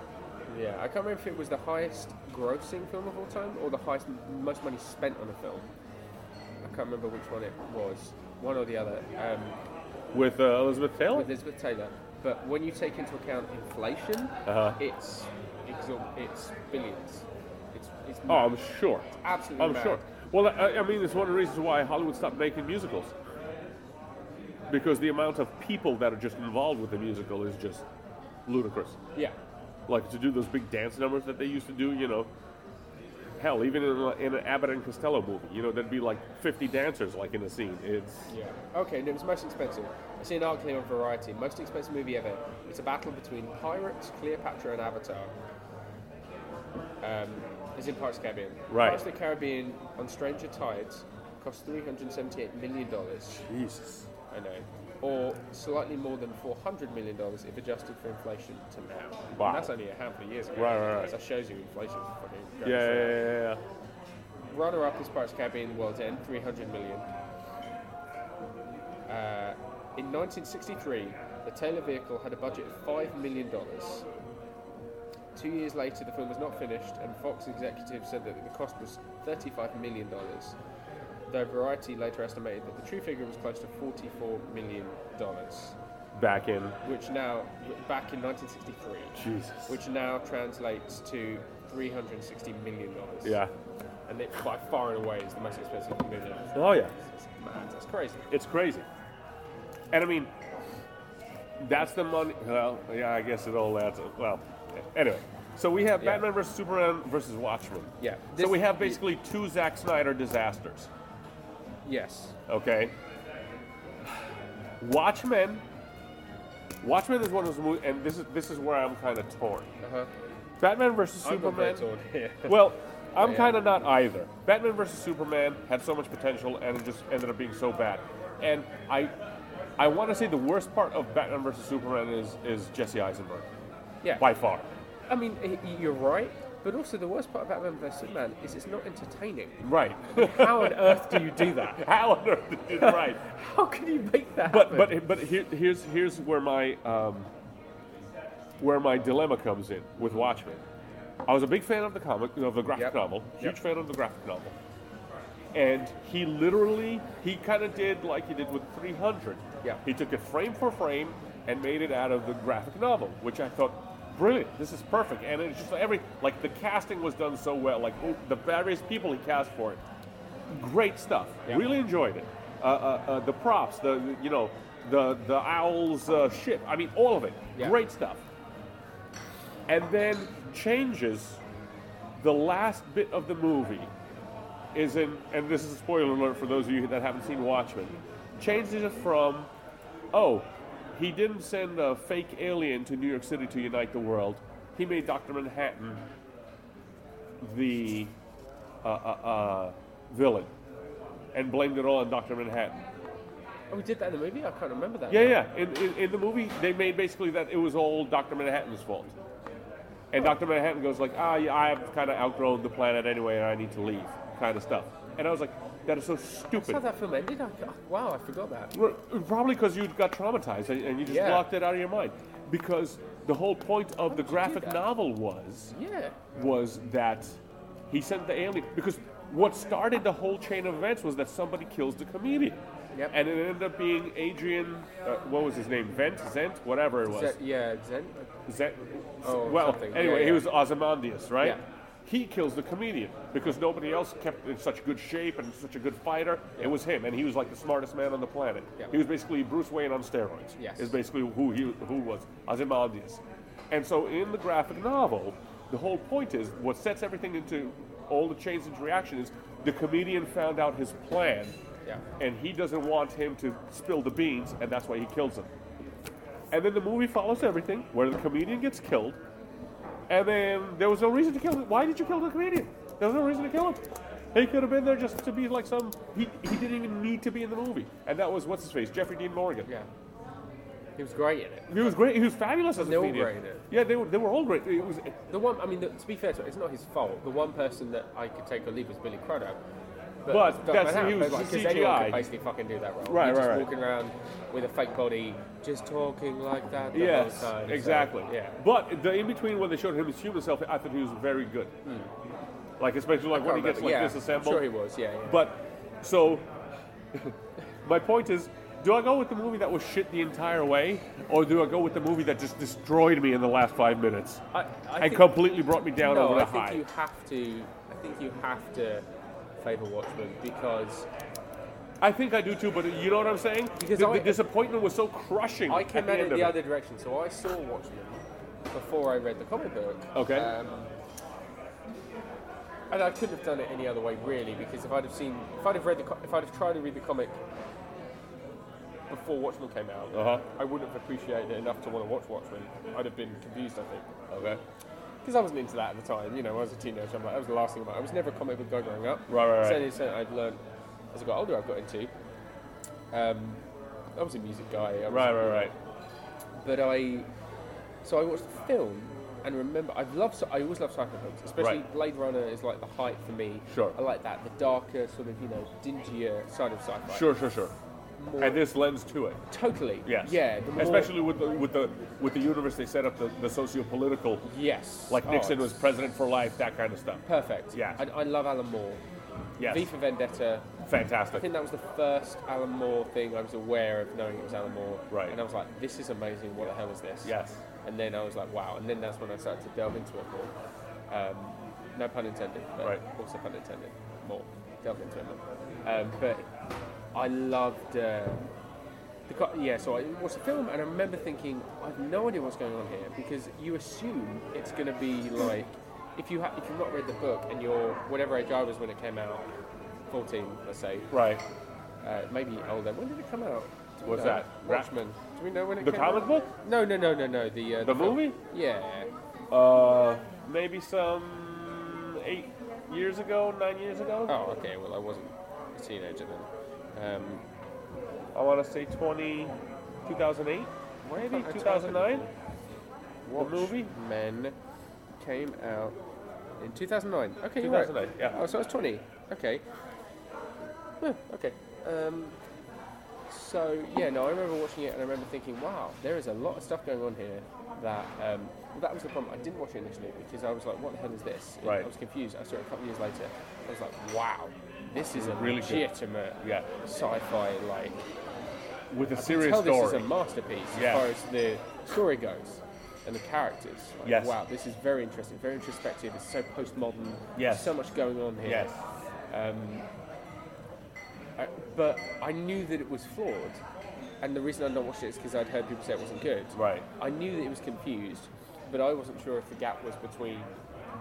yeah, I can't remember if it was the highest grossing film of all time or the highest most money spent on a film. I can't remember which one it was, one or the other. Um, With uh, Elizabeth Taylor. with Elizabeth Taylor. But when you take into account inflation, Uh-huh. it's exor- it's billions. It's it's Oh, I'm sure. absolutely I'm mad. Oh, sure. Well, I, I mean, it's one of the reasons why Hollywood stopped making musicals. Because the amount of people that are just involved with the musical is just ludicrous. Yeah, Like to do those big dance numbers that they used to do, you know. Hell, even in, a- in an Abbott and Costello movie, you know, there'd be like 50 dancers like in a scene. It's yeah. Okay, and it was most expensive. I see an article here on Variety. Most expensive movie ever. It's a battle between pirates, Cleopatra, and Avatar. Um, it's in Pirates of the Caribbean. Right. Pirates of the Caribbean on Stranger Tides cost three hundred seventy-eight million dollars. Jesus. I know. Or slightly more than $400 million if adjusted for inflation to now. Wow. And that's only a handful of years ago. Right, right, right. That shows you inflation. fucking Yeah, goes yeah, through. yeah, yeah, yeah. Runner up is Pirates of the Caribbean World's End, 300 million. Uh, in 1963, the Taylor vehicle had a budget of $5 million. Two years later, the film was not finished, and Fox executives said that the cost was $35 million. Though Variety later estimated that the true figure was close to $44 million, Back in. which now, back in 1963, Jesus. which now translates to $360 million Yeah. and it by far and away is the most expensive movie. ever. Oh, yeah. It's mad. That's crazy. It's crazy. And I mean, that's the money. Well, yeah, I guess it all adds up. Well, anyway. So we have Yeah. Batman versus Superman versus Watchmen. Yeah. so This- we have basically two Zack Snyder disasters. Yes. Okay. Watchmen. Watchmen is one of those movies, and this is this is where I'm kind of torn. Uh huh. Batman versus Superman. Well, I'm Yeah. kind of not either. Batman versus Superman had so much potential, and it just ended up being so bad. And I, I want to say the worst part of Batman versus Superman is is Jesse Eisenberg yeah. by far. I mean, y- y- you're right, but also the worst part of Batman vs Superman is it's not entertaining. Right. *laughs* How *laughs* on earth do you do that? How on earth is right? How can you make that? But happen? but but here, here's here's where my um, where my dilemma comes in with Watchmen. I was a big fan of the comic of the graphic Yep. novel, huge Yep. fan of the graphic novel, and he literally he kind of did like he did with 300. Yeah. he took it frame for frame and made it out of the graphic novel, which I thought. Brilliant! This is perfect, and it's just every like the casting was done so well. Like oh, the various people he cast for it, great stuff. Yeah. Really enjoyed it. Uh, uh, uh, the props, the you know, the the owl's uh, ship. I mean, all of it. Yeah. Great stuff. And then changes. The last bit of the movie is in, and this is a spoiler alert for those of you that haven't seen Watchmen. Changes it from, oh, he didn't send a fake alien to New York City to unite the world. He made Doctor Manhattan the uh, uh, uh, villain and blamed it all on Dr. Manhattan. oh, we did that in the movie. I can't remember that. Yeah, yeah. In, in, in the movie, they made basically that it was all Dr. Manhattan's fault. And Dr. Manhattan goes like, ah, yeah, I've kind of outgrown the planet anyway, and I need to leave, kind of stuff. And I was like, that is so That's how stupid. that film ended. I, oh, wow, I forgot that. Well, Probably because you got traumatized and and you just Yeah. blocked it out of your mind. Because the whole point of the did you do graphic that? novel was Yeah. was that he sent the alien because what started the whole chain of events was that somebody kills the comedian. Yep. And it ended up being Adrian, uh, what was his name? Vent, Zent, whatever it was. Zen, yeah. Zen. Zent. Oh, well, something. anyway, Yeah, he yeah. was Ozymandias, right? Yeah. He kills the comedian because nobody else kept in such good shape and such a good fighter. It was him, and he was like the smartest man on the planet. Yeah. He was basically Bruce Wayne on steroids. Yes. Is basically who he who was Ozymandias. And so in the graphic novel, the whole point is what sets everything into all the chains into reaction is the comedian found out his plan, Yeah. and he doesn't want him to spill the beans, and that's why he kills him. And then the movie follows everything where the comedian gets killed, and then there was no reason to kill him. Why did you kill the comedian? There was no reason to kill him. He could have been there just to be like some. He, he didn't even need to be in the movie, and that was what's his face, Jeffrey Dean Morgan. Yeah. He was great in it. He was great. He was fabulous as a They all comedian. rated. Yeah, they were, they were all great. It was The one, I mean, the, to be fair to it, it's not his fault. The one person that I could take or leave was Billy Crudup. But Doug that's- Manhattan, he was but, like, 'cause CGI. anyone could basically fucking do that role. Right, You're right, just right. Walking around with a fake body, just talking like that the Yes, whole time. so, exactly. uh, yeah. But the in between when they showed him his human self, I thought he was very good. Hmm. Like especially like when he gets like yeah, disassembled. I'm sure he was. Yeah. yeah. But so *laughs* my point is, do I go with the movie that was shit the entire way, or do I go with the movie that just destroyed me in the last five minutes I, and think- completely brought me down no, over the I think high? you have to. I think you have to favour Watchmen because I think I do too, but you know what I'm saying? Because the, I- the disappointment was so crushing. I at came at the, it end the of other direction. So I saw Watchmen before I read the comic book. Okay. Um, and I couldn't have done it any other way, really, because if I'd have seen, if I'd have read the, co- if I'd have tried to read the comic before Watchmen came out, Uh-huh. I wouldn't have appreciated it enough to want to watch Watchmen. I'd have been confused, I think, Okay. because I wasn't into that at the time. You know, when I was a teenager. I'm like, that was the last thing. About. I was never a comic book guy growing up. Right, right, right. Certainly, certainly I'd learned as I got older. I've got into. Um, I was a music guy. I was Right, right, right. but I, so I watched the film and remember I've loved I always love cyberpunk, especially Right. Blade Runner is like the height for me. Sure. I like that the darker sort of you know dingier side of sci-fi. Sure, sure, sure. More- And this lends to it. Totally. Yes. Yeah. The more, Especially with the, with the with the universe they set up the, the socio-political Yes. like Oh, Nixon it's was president for life, that kind of stuff. perfect. Yeah. And I love Alan Moore. Yes. V for Vendetta. I Fantastic. think that was the first Alan Moore thing I was aware of knowing it was Alan Moore. Right. And I was like, this is amazing. What the hell is this? Yes. And then I was like, wow. And then that's when I started to delve into it more. Um, no pun intended. But Right. Also pun intended. More. Delve into it more. Um, but I loved. Uh, the co- yeah, so I watched the film and I remember thinking, I have no idea what's going on here because you assume it's going to be like, if you ha- if you've not read the book and you're whatever age I was when it came out, 14, let's say, Right. uh, maybe older. When did it come out? Do we What's know? that? Watchmen. Do we know when it The came comic out? book? No, no, no, no, no. The uh, The film. movie? Yeah. Uh, maybe some eight years ago, nine years ago. Oh, okay. Well, I wasn't a teenager then. Um, I want to say 20, 2008, maybe That's 2009. what movie? Men came out in 2009. Okay, you're right. 2009, yeah. Oh, so I was 20. Okay. Huh, okay. Um, so yeah, no, I remember watching it and I remember thinking, wow, there is a lot of stuff going on here. That um, well, that was the problem. I didn't watch it initially because I was like, what the hell is this? Right. I was confused. I saw it a couple of years later. I was like, wow, this is a Really good. legitimate Yeah. sci-fi like With a can serious tell this is story. a masterpiece Yeah. as far as the story goes and the characters. Like, Yes. Wow, this is very interesting, very introspective. It's so postmodern. Yes. So much going on here. Yes. I- but I knew that it was flawed, and the reason I not watched it is because I'd heard people say it wasn't good. Right. I knew that it was confused, but I wasn't sure if the gap was between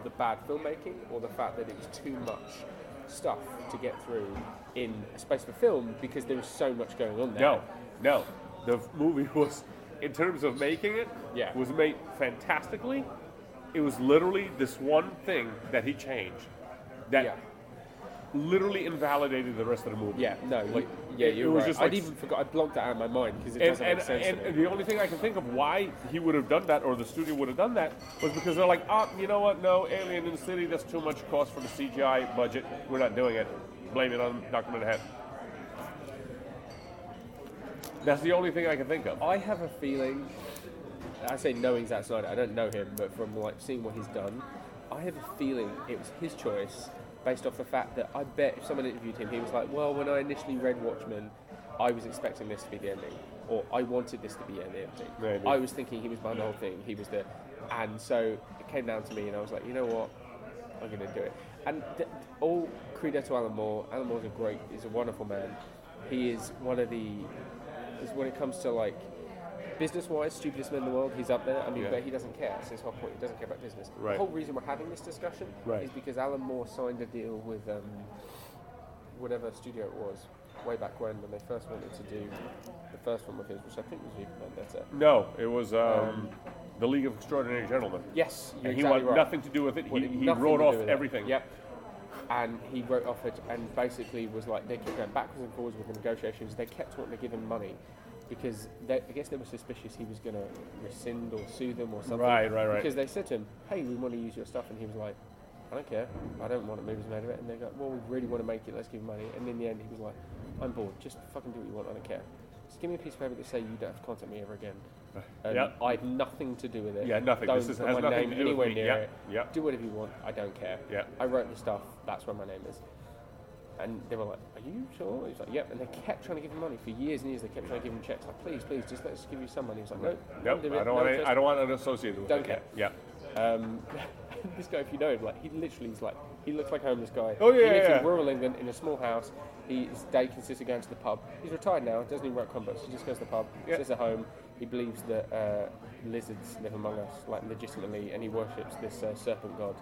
the bad filmmaking or the fact that it was too much stuff to get through in a space for film because there was so much going on there. No, no. The movie *laughs* was, in terms of making it, Yeah. was made fantastically. It was literally this one thing that he changed that Yeah. literally invalidated the rest of the movie. Yeah, no, Like, you, yeah, it- you're it was right. just I'd like- even forgot. I blocked that out of my mind because it And, doesn't and, make sense. to and, me. and the only thing I can think of why he would have done that or the studio would have done that was because they're like, ah, you know what? No, Alien in the City, that's too much cost for the CGI budget. We're not doing it. Blame it on Dr. Manhattan. That's the only thing I can think of. I have a feeling. I say knowing Zack Snyder, I don't know him, but from like seeing what he's done, I have a feeling it was his choice based off the fact that I bet if someone interviewed him, he was like, "Well, when I initially read Watchmen, I was expecting this to be the ending, or I wanted this to be the ending. Maybe. I was thinking he was behind the whole thing. He was the, and so it came down to me, and I was like, you know what, I'm gonna do it. And th- all credo to Alan Moore. Alan Moore's a great, he's a wonderful man. He is one of the is when it comes to like business wise, stupidest man in the world, he's up there. I mean, Yeah. but he doesn't care. That's his whole point. He doesn't care about business. Right. The whole reason we're having this discussion Right. is because Alan Moore signed a deal with um, whatever studio it was way back when when they first wanted to do the first one of his, which I think was Evil Vendetta. No, it was um, the League of Extraordinary Gentlemen. Yes, you're And he exactly wanted right. nothing to do with it. He, Wanted he nothing wrote to do off with it. everything. Yep. And he wrote off it and basically was like, they kept going backwards and forwards with the negotiations. They kept wanting to give him money because they, I guess they were suspicious he was going to rescind or sue them or something. Right, right, right. Because they said to him, hey, we want to use your stuff. And he was like, I don't care. I don't want movies made of it. And they go, well, we really want to make it. Let's give him money. And in the end, he was like, I'm bored. Just fucking do what you want. I don't care. Just give me a piece of paper that say you don't have to contact me ever again. And Uh, Yep. I had nothing to do with it. Yeah, nothing. Don't This is- put has my nothing name to do with anywhere me. near Yep, it. yep. Do whatever you want. I don't care. Yep. I wrote the stuff. That's where my name is. And they were like, "Are you sure?" He's like, "Yep." And they kept trying to give him money for years and years. They kept trying to give him checks. Like, "Please, please, just let us give you some money." He's like, "No, Nope, do I it. don't No want. Any, interest." I don't want it associated with Don't it. care. Yeah. Um, *laughs* this guy, if you know him, like he literally is like he looks like a homeless guy. Oh, yeah, He lives yeah, yeah. in rural England in a small house. He, his day consists of going to the pub. He's retired now. Doesn't even work combos. He just goes to the pub. Yeah. Sits at home. He believes that uh, lizards live among us, like legitimately, and he worships this uh, serpent god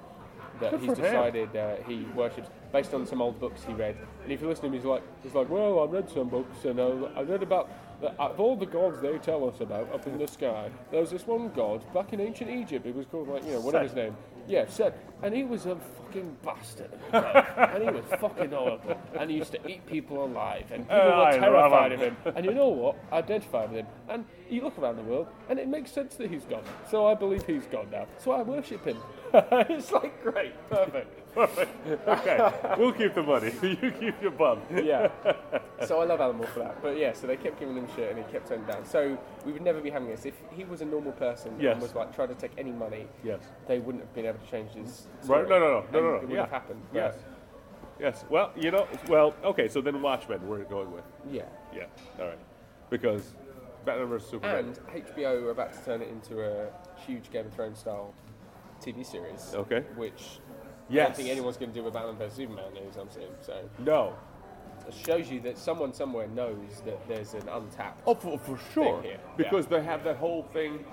that Good he's for him. decided uh, he worships based on some old books he read. And if you listen to him, he's like, he's like, well, I read some books and uh, I read about the, of all the gods they tell us about up in the sky. There was this one god back in ancient Egypt. It was called like you know whatever his Set. name. Yeah, Set. And he was a fucking *laughs* bastard. and he was fucking horrible. And he used to eat people alive. And people Oh, I were love terrified him. of him. And you know what? I identified with him. And you look around the world, and it makes sense that he's gone. So I believe he's gone now. So I worship him. *laughs* it's like great, perfect. okay. We'll keep the money. *laughs* you keep your bum. *laughs* yeah. So I love Alan Moore for that. But yeah, so they kept giving him shit and he kept turning it down. So we would never be having this. If he was a normal person Yes. and was like trying to take any money, Yes. they wouldn't have been able to change his. Right? story. No, no, no, no, And no, It no. would Yeah. have happened. but- Yes. Yes. Well, you know. Well, okay. So then, Watchmen. We're going with. Yeah. Yeah. All right. Because Batman vs Superman. And HBO are about to turn it into a huge Game of Thrones style TV series. Okay. Which I yes. don't think anyone's going to do with Batman vs Superman is I'm saying. So No. it shows you that someone somewhere knows that there's an untapped. Oh, for, for sure. here, yeah. Because they have that whole thing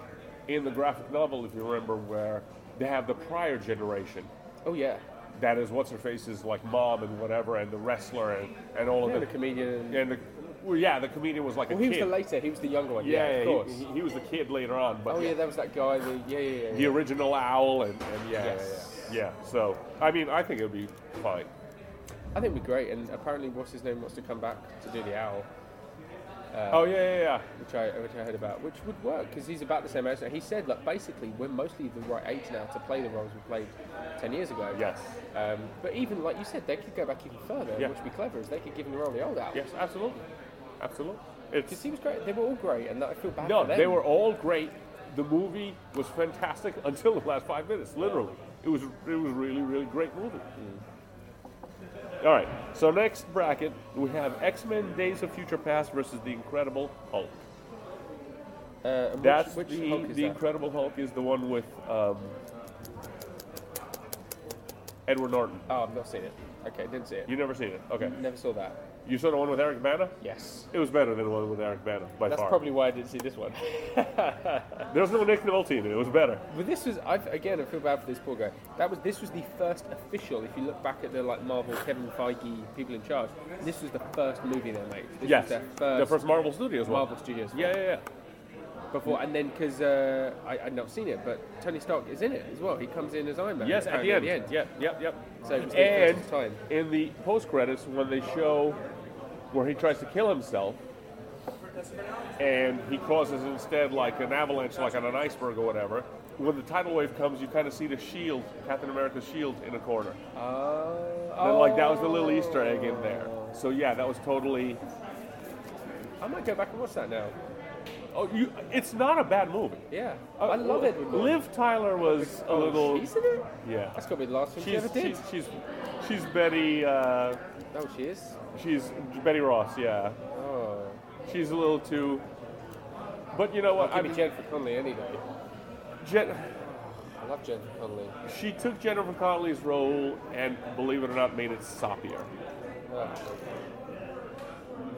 in the graphic novel, if you remember, where they have the prior generation. Oh, yeah. That is what's her face is like mom and whatever, and the wrestler and, and all yeah. of The it. comedian. and the well, yeah, the comedian was like Well, a he was kid. the later. He was the younger one. yeah, Yeah, of he- course. He, he was the kid later on, but oh yeah, there was that guy. The, yeah, yeah, yeah. the yeah. original owl and, and yeah, Yes. yeah, yeah, yeah. So I mean, I think it would be fine. I think it'd be great. And apparently, what's his name wants to come back to do the owl, Uh, oh yeah, yeah, yeah. which I which I heard about, which would work because he's about the same age. now. He said, like, basically, we're mostly the right age now to play the roles we played ten years ago. Yes. Um, but even like you said, they could go back even further. Yeah. Which would be clever is they could give him the role of the old owl. Yes, absolutely, absolutely. It's Because he was great. They were all great, and I feel bad No, for them. they were all great. The movie was fantastic *laughs* until the last five minutes. Literally, it was it was really really great movie. Mm. All right, so next bracket we have X Men: Days of Future Past versus the Incredible Hulk. Uh, and which, That's which the Hulk is the that? Incredible Hulk is the one with um, Edward Norton. Oh, I've not seen it. Okay, didn't see it. You never seen it, okay? Never saw that. You saw the one with Eric Bana. Yes. It was better than the one with Eric Bana by That's far. probably why I didn't see this one. There's no Nick Nolte in it. It was better. But this was I've, again. I feel bad for this poor guy. That was this was the first official. If you look back at the like Marvel, Kevin Feige, people in charge, this was the first movie they made. This yes, was their first, the first Marvel Studios one. Marvel Studios. Yeah, yeah, yeah. Before and then because uh, I I'd not seen it, but Tony Stark is in it as well. He comes in as Iron Man. Yes, at the end. apparently at the end. Yep, yep, yep. So it was the and first time. in the post credits, when they show where he tries to kill himself, and he causes instead like an avalanche, like on an iceberg or whatever. When the tidal wave comes, you kind of see the shield, Captain America's shield, in a corner. Uh, And then, like that was the little Easter egg in oh. there. So yeah, that was totally. I might go back and watch that now. Oh, you, it's not a bad movie. Yeah, Uh, I love it. Edward Norton. Liv Tyler was a Oh, little. She's in it. yeah. That's gotta be the last one she She's ever did. she's she's, she's Betty. Uh, Oh, she is. She's Betty Ross, yeah. Oh, She's a little too. But you know what? I'll I give me mean, Jennifer Connelly any day. Jen, I love Jennifer Connelly. she took Jennifer Connelly's role and, believe it or not, made it soppier. No.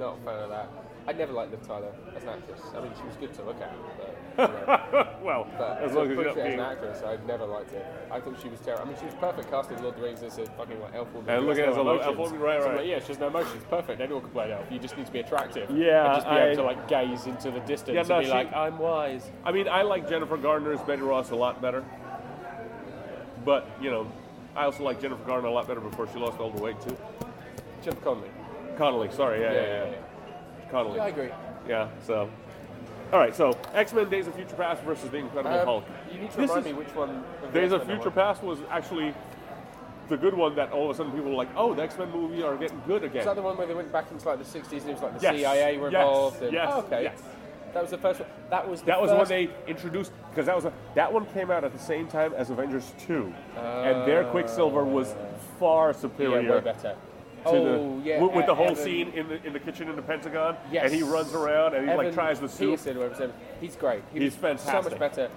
Not a fan of that. I never liked Liv Tyler as an actress. I mean, she was good to look at, *laughs* but. you know. *laughs* well, But as long as appropriate you're not an being. actress, I've never liked her. I thought she was terrible. I mean, she was perfect casting Lord of the Rings as a fucking like elf woman. Uh, who look has at her as a no lo- elf emotions. woman, right, So I'm right. like, yeah, she has no emotions. Perfect. Anyone can play an elf. oh, You just need to be attractive. Yeah, And just be I- able to like gaze into the distance Yeah, no, and be she- like, I'm wise. I mean, I like Jennifer Garner's Betty Ross a lot better. But, you know, I also like Jennifer Garner a lot better before she lost all the weight, too. Jennifer Connelly. Connolly, sorry, yeah, yeah, yeah. Connolly. Yeah, I agree. Yeah, so. All right, so X Men Days of Future Past versus The Incredible Um, Hulk. You need to This remind is- me which one. of the Days of X-Men Future one. Past was actually the good one that all of a sudden people were like, oh, the X Men movie are getting good again. Is that the one where they went back into like the 60s and it was like the Yes, CIA were yes, involved? and- yes, oh, okay. yes. That was the first one. That was the That was first the one they introduced because that was a, that one came out at the same time as Avengers Two, and their Quicksilver was far Yeah, superior. way better. To oh, the, yeah. with, with the whole Evan- scene in the in the kitchen in the Pentagon, Yes. and he runs around and he like Evan tries the soup. Peterson, whatever his name is, he's great. He He's was So fantastic. much better.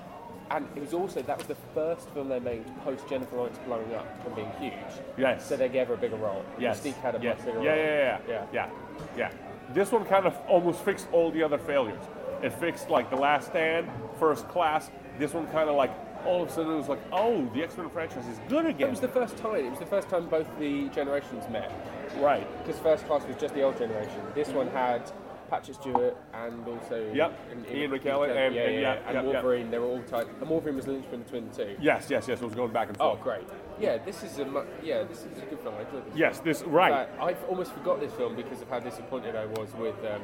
And it was also that was the first film they made post Jennifer Lawrence blowing up and being huge. Yes. So they gave her a bigger role. Yes. Mystique had a yes. much bigger yeah, role. yeah, yeah, yeah, yeah, yeah. This one kind of almost fixed all the other failures. It fixed like the Last Stand, First Class. This one kind of like all of a sudden it was like, oh, the X Men franchise is good It again. was the first time. It was the first time both the generations met. right. Because first class was just the old generation. This one had Patrick Stewart and also Yep. and Ian McKellen and- yeah, and- yeah, yeah, and yeah, yeah. Wolverine. They were all tight. And Wolverine was linked between the two. Yes, yes, yes. It was going back and Oh, forth. great. Yeah, this is a mu- yeah, this is a good film. I enjoyed this. Yes, this right. I have almost forgot this film because of how disappointed I was with um,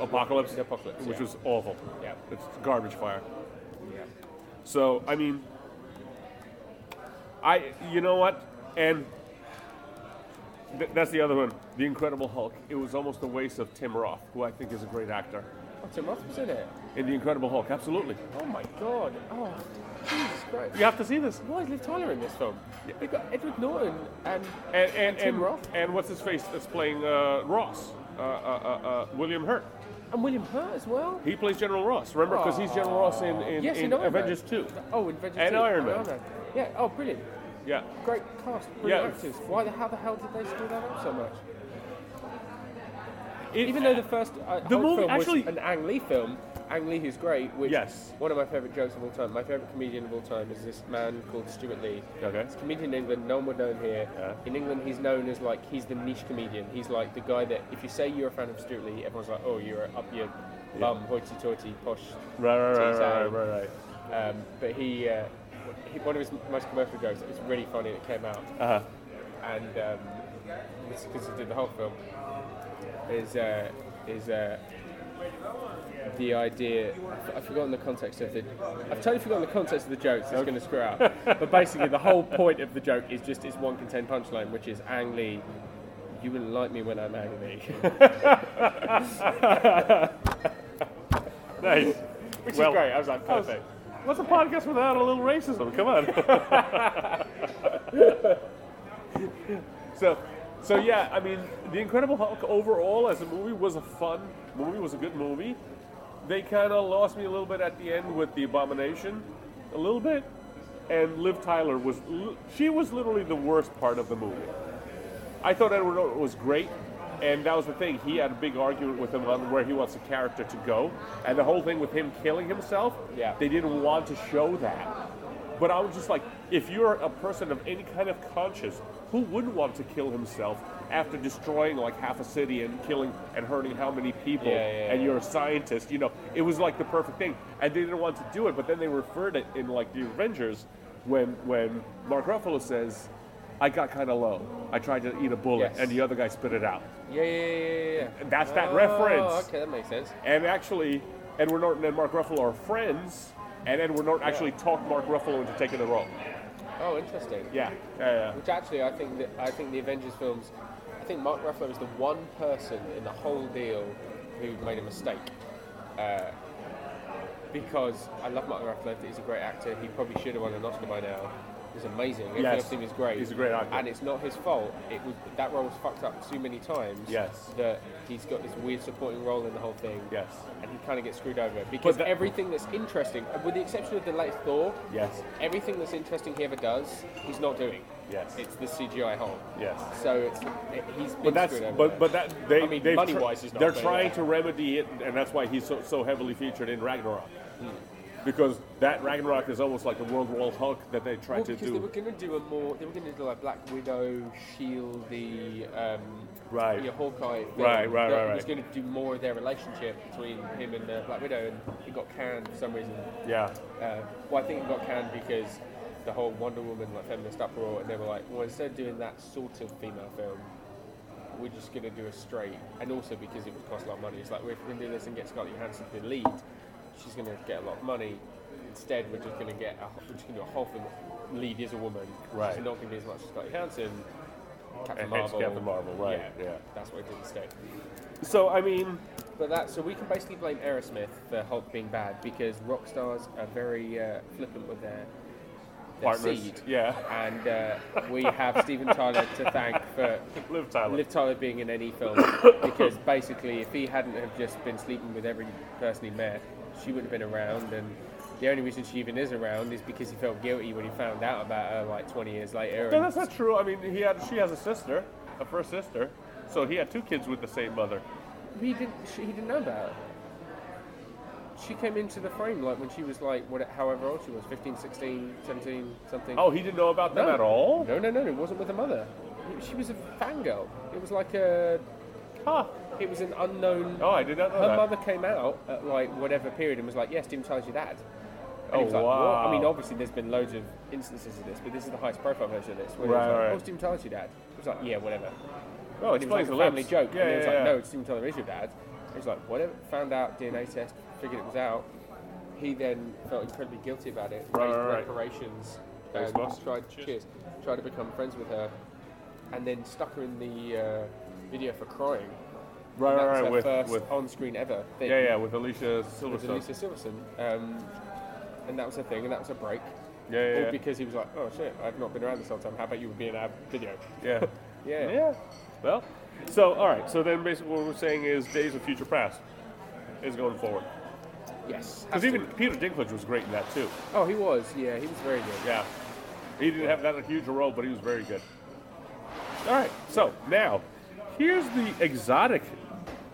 Apocalypse, The Apocalypse, which yeah. was awful. Yeah. it's garbage fire. yeah. So I mean, I you know what, and th- that's the other one, The Incredible Hulk. It was almost a waste of Tim Roth, who I think is a great actor Oh, Tim Roth was in it. in The Incredible Hulk. Absolutely, Oh my god. Oh, Jesus Christ. you have to see this. Why is Liv Tyler in this film? They've got Edward Norton and And and Tim and, Roth? and what's his face that's playing uh, Ross? Uh, uh, uh, uh, William Hurt. and William Hurt as well. He plays General Ross. Remember, because he's General Ross in in, Yes, in in Iron Avengers Man. Two. Oh, in Avengers And 2, Iron Man. Yeah. Oh, brilliant. Yeah. Great cast. Brilliant Yeah. actors. Why the how the hell did they screw that up so much? It- Even though the first uh, The Hulk movie film actually- was an Ang Lee film, Ang Lee who's great. Which Yes. one of my favorite jokes of all time. My favorite comedian of all time is this man called Stuart Lee. Okay. He's a comedian in England. No one would know him here. Yeah. In England, he's known as like he's the niche comedian. He's like the guy that if you say you're a fan of Stuart Lee, everyone's like, oh, you're a up your bum, hoity-toity, posh. Right, right, right, tease right, out. right, right. Um, but he, uh, he, one of his most commercial jokes that was really funny that came out, Uh-huh. and um, this because he did the whole film, is uh, is uh, the idea. I've- I've forgotten the context of the. I've totally forgotten the context of the jokes. It's going to screw up. but basically, the *laughs* whole point of the joke is just it's one contained punchline, which is Ang Lee. You will like me when I'm Ang Lee. Nice. Which Well- is great. I was like, How's- perfect. What's a podcast without a little racism? Come on. *laughs* so, so yeah, I mean, The Incredible Hulk overall as a movie was a fun movie, was a good movie. They kind of lost me a little bit at the end with The Abomination, a little bit. And Liv Tyler was, li- she was literally the worst part of the movie. I thought Edward Norton was great, and that was the thing. He had a big argument with him on where he wants the character to go, and the whole thing with him killing himself. Yeah. they didn't want to show that. But I was just like, if you're a person of any kind of conscience, who wouldn't want to kill himself after destroying like half a city and killing and hurting how many people? Yeah, yeah, and yeah. you're a scientist, you know, it was like the perfect thing. And they didn't want to do it, but then they referred it in like the Avengers when when Mark Ruffalo says, I got kind of low. I tried to eat a bullet, Yes. and the other guy spit it out. *laughs* Yeah, yeah, yeah, yeah. yeah. *laughs* And that's that Oh, reference. Okay, that makes sense. And actually, Edward Norton and Mark Ruffalo are friends, and Edward Norton actually talked Mark Ruffalo into taking the role. Oh, interesting. Yeah, yeah, yeah. Which actually, I think that I think the Avengers films, I think Mark Ruffalo is the one person in the whole deal who made a mistake. Uh, because I love Mark Ruffalo, he's a great actor. He probably should have won an Oscar by now. is amazing. Everything Yes. I've seen is great. He's a great actor. And it's not his fault. It was that role was fucked up too many times. Yes. That he's got this weird supporting role in the whole thing. Yes. And he kind of gets screwed over because that- everything that's interesting, with the exception of the latest Thor, Yes. everything that's interesting he ever does, he's not doing. Yes. It's the CGI hole. Yes. So it's it, he's been But that's screwed over. but but that they I mean, they've money-wise, he's not they're very trying well. to remedy it, and that's why he's so, so heavily featured in Ragnarok. Hmm. Because that Ragnarok is almost like a World War Hulk that they tried Well, to because they were do. going to do a more, they were going to do like Black Widow, Shield, the um, Right. your Hawkeye, film Right, right, that right, Was right. going to do more of their relationship between him and uh, Black Widow, and it got canned for some reason. Yeah, Uh, well, I think it got canned because the whole Wonder Woman like feminist uproar, and they were like, well, instead of doing that sort of female film, we're just going to do a straight, and also because it would cost a lot of money. It's like, well, if we're going to do this and get Scarlett Johansson to be the lead, she's going to get a lot of money. Instead, we're just going to get a, we're just going to do a whole film. Lead is a woman. Right. She's not going to be as much as Scarlett Johansson. Captain And hence Marvel. Captain Marvel, right, yeah. That's what it did instead. So I mean, But that, so we can basically blame Aerosmith for Hulk being bad because rock stars are very uh, flippant with their, their Partners, seed. yeah. And uh, we have Steven Tyler to thank for Liv Tyler. Liv Tyler being in any film because basically, if he hadn't have just been sleeping with every person he met, she wouldn't have been around. And the only reason she even is around is because he felt guilty when he found out about her like 20 years later. no, and- that's not true. I mean, he had she has a sister, a first sister, so he had two kids with the same mother. He didn't. She, he didn't know about it. She came into the frame like when she was like, what, however old she was, 15, 16, 17, something. Oh, he didn't know about them No. at all. No, no, no, it wasn't with her mother. It- She was a fangirl. It was like a. Huh. It was an unknown. Oh, I did not know her that. mother came out at like whatever period and was like, yes, Tim Tyler's your dad. And he Oh, was like, "What?" I mean, wow. obviously, there's been loads of instances of this, but this is the highest profile version of this. Where Right, it was like, right. oh, it's Tim Tyler's your dad. It was like, yeah, Oh, whatever. It was like explains a the family lips. joke. Yeah, and he was yeah, like, yeah. no, it's Steven Tyler is your dad. He was like, whatever. Found out, DNA test, figured it was out. He then felt incredibly guilty about it. Right, raised right, right. reparations. Thanks, um, boss. tried, cheers. Tried to become friends with her. And then stuck her in the uh, video for crying. Right, right, And that was right, her with- first with- on-screen ever thing. Yeah, yeah, with Alicia With Silverstone. Alicia Silverstone. Um, and that was a thing, and that was a break. Yeah, yeah, All yeah. because he was like, oh shit, I've not been around this whole time. How about you would be in our video? Yeah. Yeah. Yeah. Well, so all right. So then, basically, what we're saying is Days of Future Past is going forward Yes. because has to. even Peter Dinklage was great in that too. Oh, he was. Yeah, he was very good. Yeah. He didn't have that huge a role, but he was very good. All right. So now, here's the exotic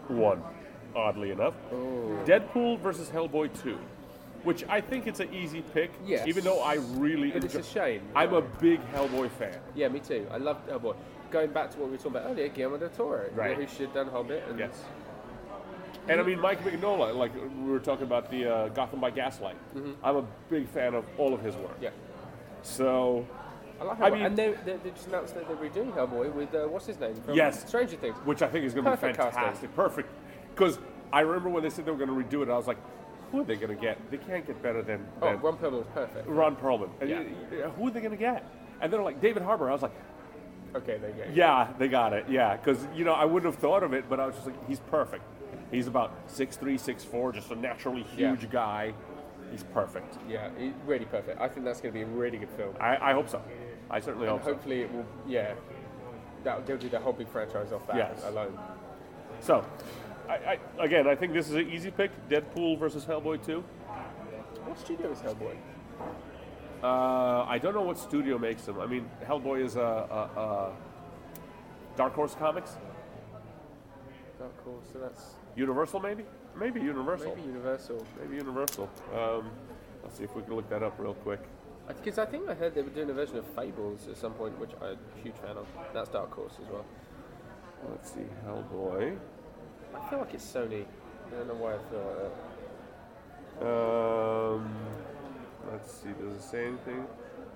one. Oddly enough, Oh. Deadpool versus Hellboy two, which I think it's an easy pick. Yes. Even though I really But it's enjoy- a shame. I'm a big Hellboy fan. Yeah, me too. I love Hellboy. Going back to what we were talking about earlier, Guillermo del Toro, Right. who should have done Hobbit. And Yes. And I mean, Mike Mignola, like we were talking about the uh, Gotham by Gaslight. Mm-hmm. I'm a big fan of all of his work. Yeah. So, I like Hellboy. I mean- and they, they, they just announced that they're redoing Hellboy with, uh, what's his name? From Yes. Stranger Things. which I think is going to be Perfect fantastic. casting. Perfect. Because I remember when they said they were going to redo it, I was like, who are they going to get? They can't get better than, Oh, than Ron Perlman was perfect. Ron Perlman. And Yeah. y- y- Who are they going to get? And they're like, David Harbour. I was like, Okay, there you go. yeah, they got it. Yeah. Because, you know, I wouldn't have thought of it, but I was just like, he's perfect. He's about 6'3, 6'4, just a naturally Yeah. huge guy. He's perfect. Yeah, he- really perfect. I think that's going to be a really good film. I, I hope so. I certainly And hope so. hopefully it will, yeah. That, they'll do the whole big franchise off that Yes. alone. So, I, I, again, I think this is an easy pick: Deadpool versus Hellboy two. What studio is Hellboy? Uh, I don't know what studio makes them. I mean, Hellboy is a, a, a Dark Horse Comics, Dark Horse, so that's Universal maybe, maybe Universal, maybe maybe, Universal. Universal. Um, let's see if we can look that up real quick. Because I think I heard they were doing a version of Fables at some point, which I'm a huge fan of. That's Dark Horse as well. Let's see, Hellboy. I feel like it's Sony. I don't know why I feel like that. Um, let's see, does it say anything?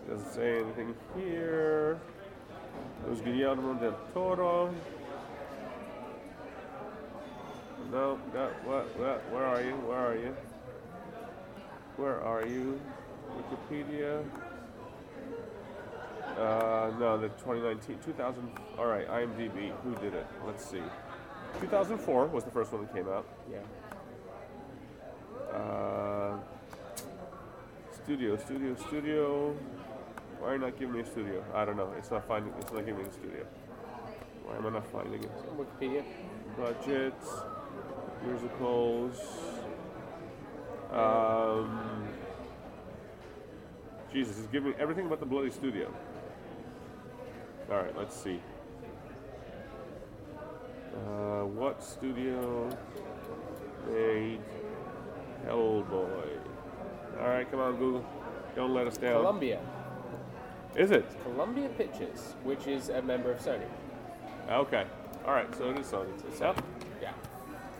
Doesn't say anything here. It was Guillermo del Toro. No, no, what, what, where are you? Where are you? Where are you? Wikipedia. Uh, no, the 2019, 2000, all right, IMDb, who did it? Let's see. 2004 was the first one that came out. Yeah. Uh, studio, studio, studio. Why are you not giving me a studio? I don't know. It's not finding. It's not giving me the studio. Why am I not finding it? On Wikipedia. Budgets, musicals. Um, Jesus, he's giving me everything but the bloody studio. All right, let's see. Uh, what studio made Hellboy? All right, come on, Google. Don't let us down. Columbia. Is it? Columbia Pictures, which is a member of Sony. Okay. All right, so it is Sony. It's up. Yeah.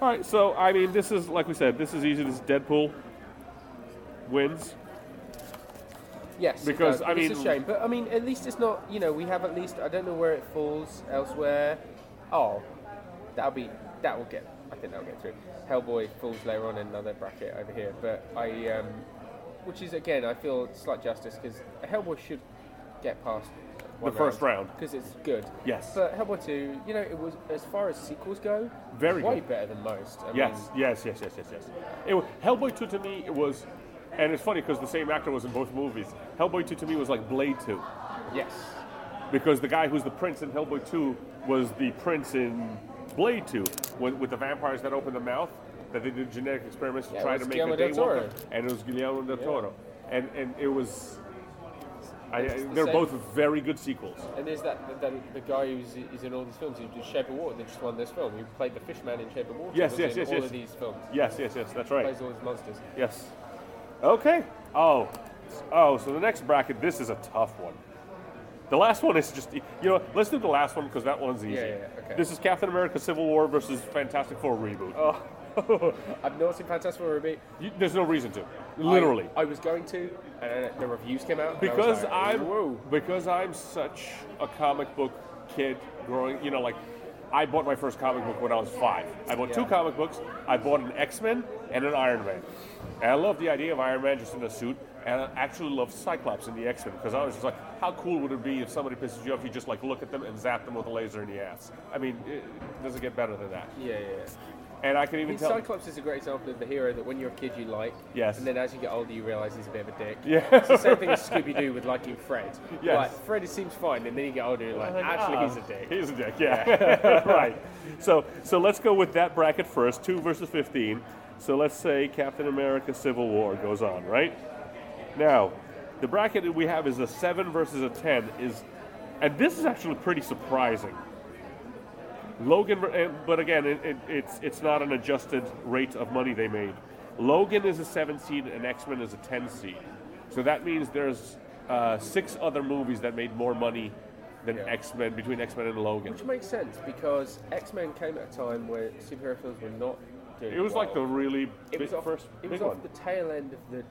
All right, so I mean, this is like we said, this is easy. This Deadpool wins. Yes, it Because, does. I it's mean- a shame. But I mean, at least it's not. You know, we have at least. I don't know where it falls elsewhere. Oh, that'll be that will get. I think that'll get through. Hellboy falls later on in another bracket over here, but I, um, which is again, I feel slight justice because Hellboy should get past The first round. because it's good. Yes. but Hellboy two, you know, it was as far as sequels go, Very way good. better than most. I Yes, mean, yes, yes, yes, yes, yes. It was, Hellboy two to me it was, and it's funny because the same actor was in both movies. Hellboy two to me was like Blade two, yes, because the guy who's the prince in Hellboy two was the prince in Blade two with, with the vampires that open the mouth that they did genetic experiments to Yeah, it try was to make Guillermo a day del Toro. and it was Guillermo del Toro, and and it was. I, I- It's the they're same- both very good sequels. And there's that the, the, the guy who's is in all these films who did Shape of Water. They just won this film. Who played the fishman in Shape of Water? Yes, was yes, in yes, All yes. of these films Yes, yes, yes. That's right. plays all these monsters. Yes. Okay. Oh. Oh, so the next bracket, this is a tough one. The last one is just, e- you know, let's do the last one because that one's easy. Yeah, yeah, yeah, okay. This is Captain America Civil War versus Fantastic Four reboot. Oh, *laughs* I've not seen Fantastic Four reboot. You- there's no reason to. Literally. I, I was going to, and then the reviews came out. and I was because like, I'm whoa. because I'm such a comic book kid growing, you know, like I bought my first comic book when I was 5. I bought two Yeah. comic books. I bought an X-Men and an Iron Man. And I love the idea of Iron Man just in a suit. And I actually love Cyclops in the X-Men because I was just like, how cool would it be if somebody pisses you off, you just like look at them and zap them with a laser in the ass? I mean, it it doesn't get better than that. Yeah, yeah. *laughs* yeah. And I can I even mean, tell. Cyclops is a great example of the hero that when you're a kid you like, Yes. and then as you get older you realise he's a bit of a dick. Yeah. it's the same thing as Scooby Doo with liking Fred. *laughs* Yes. like, Fred seems fine, and then you get older you're like, Like, actually ah, he's a dick. He's a dick. Yeah, *laughs* right. So so let's go with that bracket first. Two versus fifteen. So let's say Captain America: Civil War goes on, right? Now, the bracket that we have is a seven versus a ten. Is and this is actually pretty surprising. Logan, ver- eh, but again, it, it, it's it's not an adjusted rate of money they made. Logan is a seven seed, and X Men is a ten seed. So that means there's uh, six other movies that made more money than Yeah. X Men between X Men and Logan. Which makes sense because X Men came at a time where superhero films were not doing. It was like the well. really it big, was off, first It big was one. off the tail end of the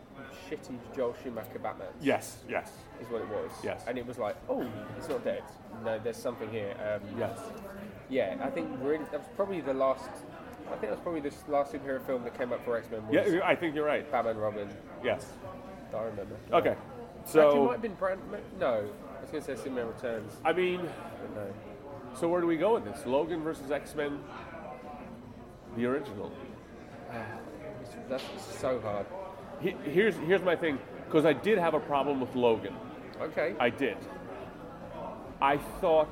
shitty Joel Schumacher Batman. yes, yes, is what it was. Yes. and it was like, oh, it's not dead. No, there's something here. Um, yes. yeah. I think really, that was probably the last. I think that was probably the last superhero film that came up for X Men. was Yeah, you- I think you're right. Batman Robin. Yes. that I remember. Okay. Actually, it might Uh, So have been Brand. No, I was going to say Superman Returns. I mean, But no. so where do we go with this? Logan versus X Men, the original. It's- That's so hard. He- here's here's my thing because I did have a problem with Logan. Okay. I did. I thought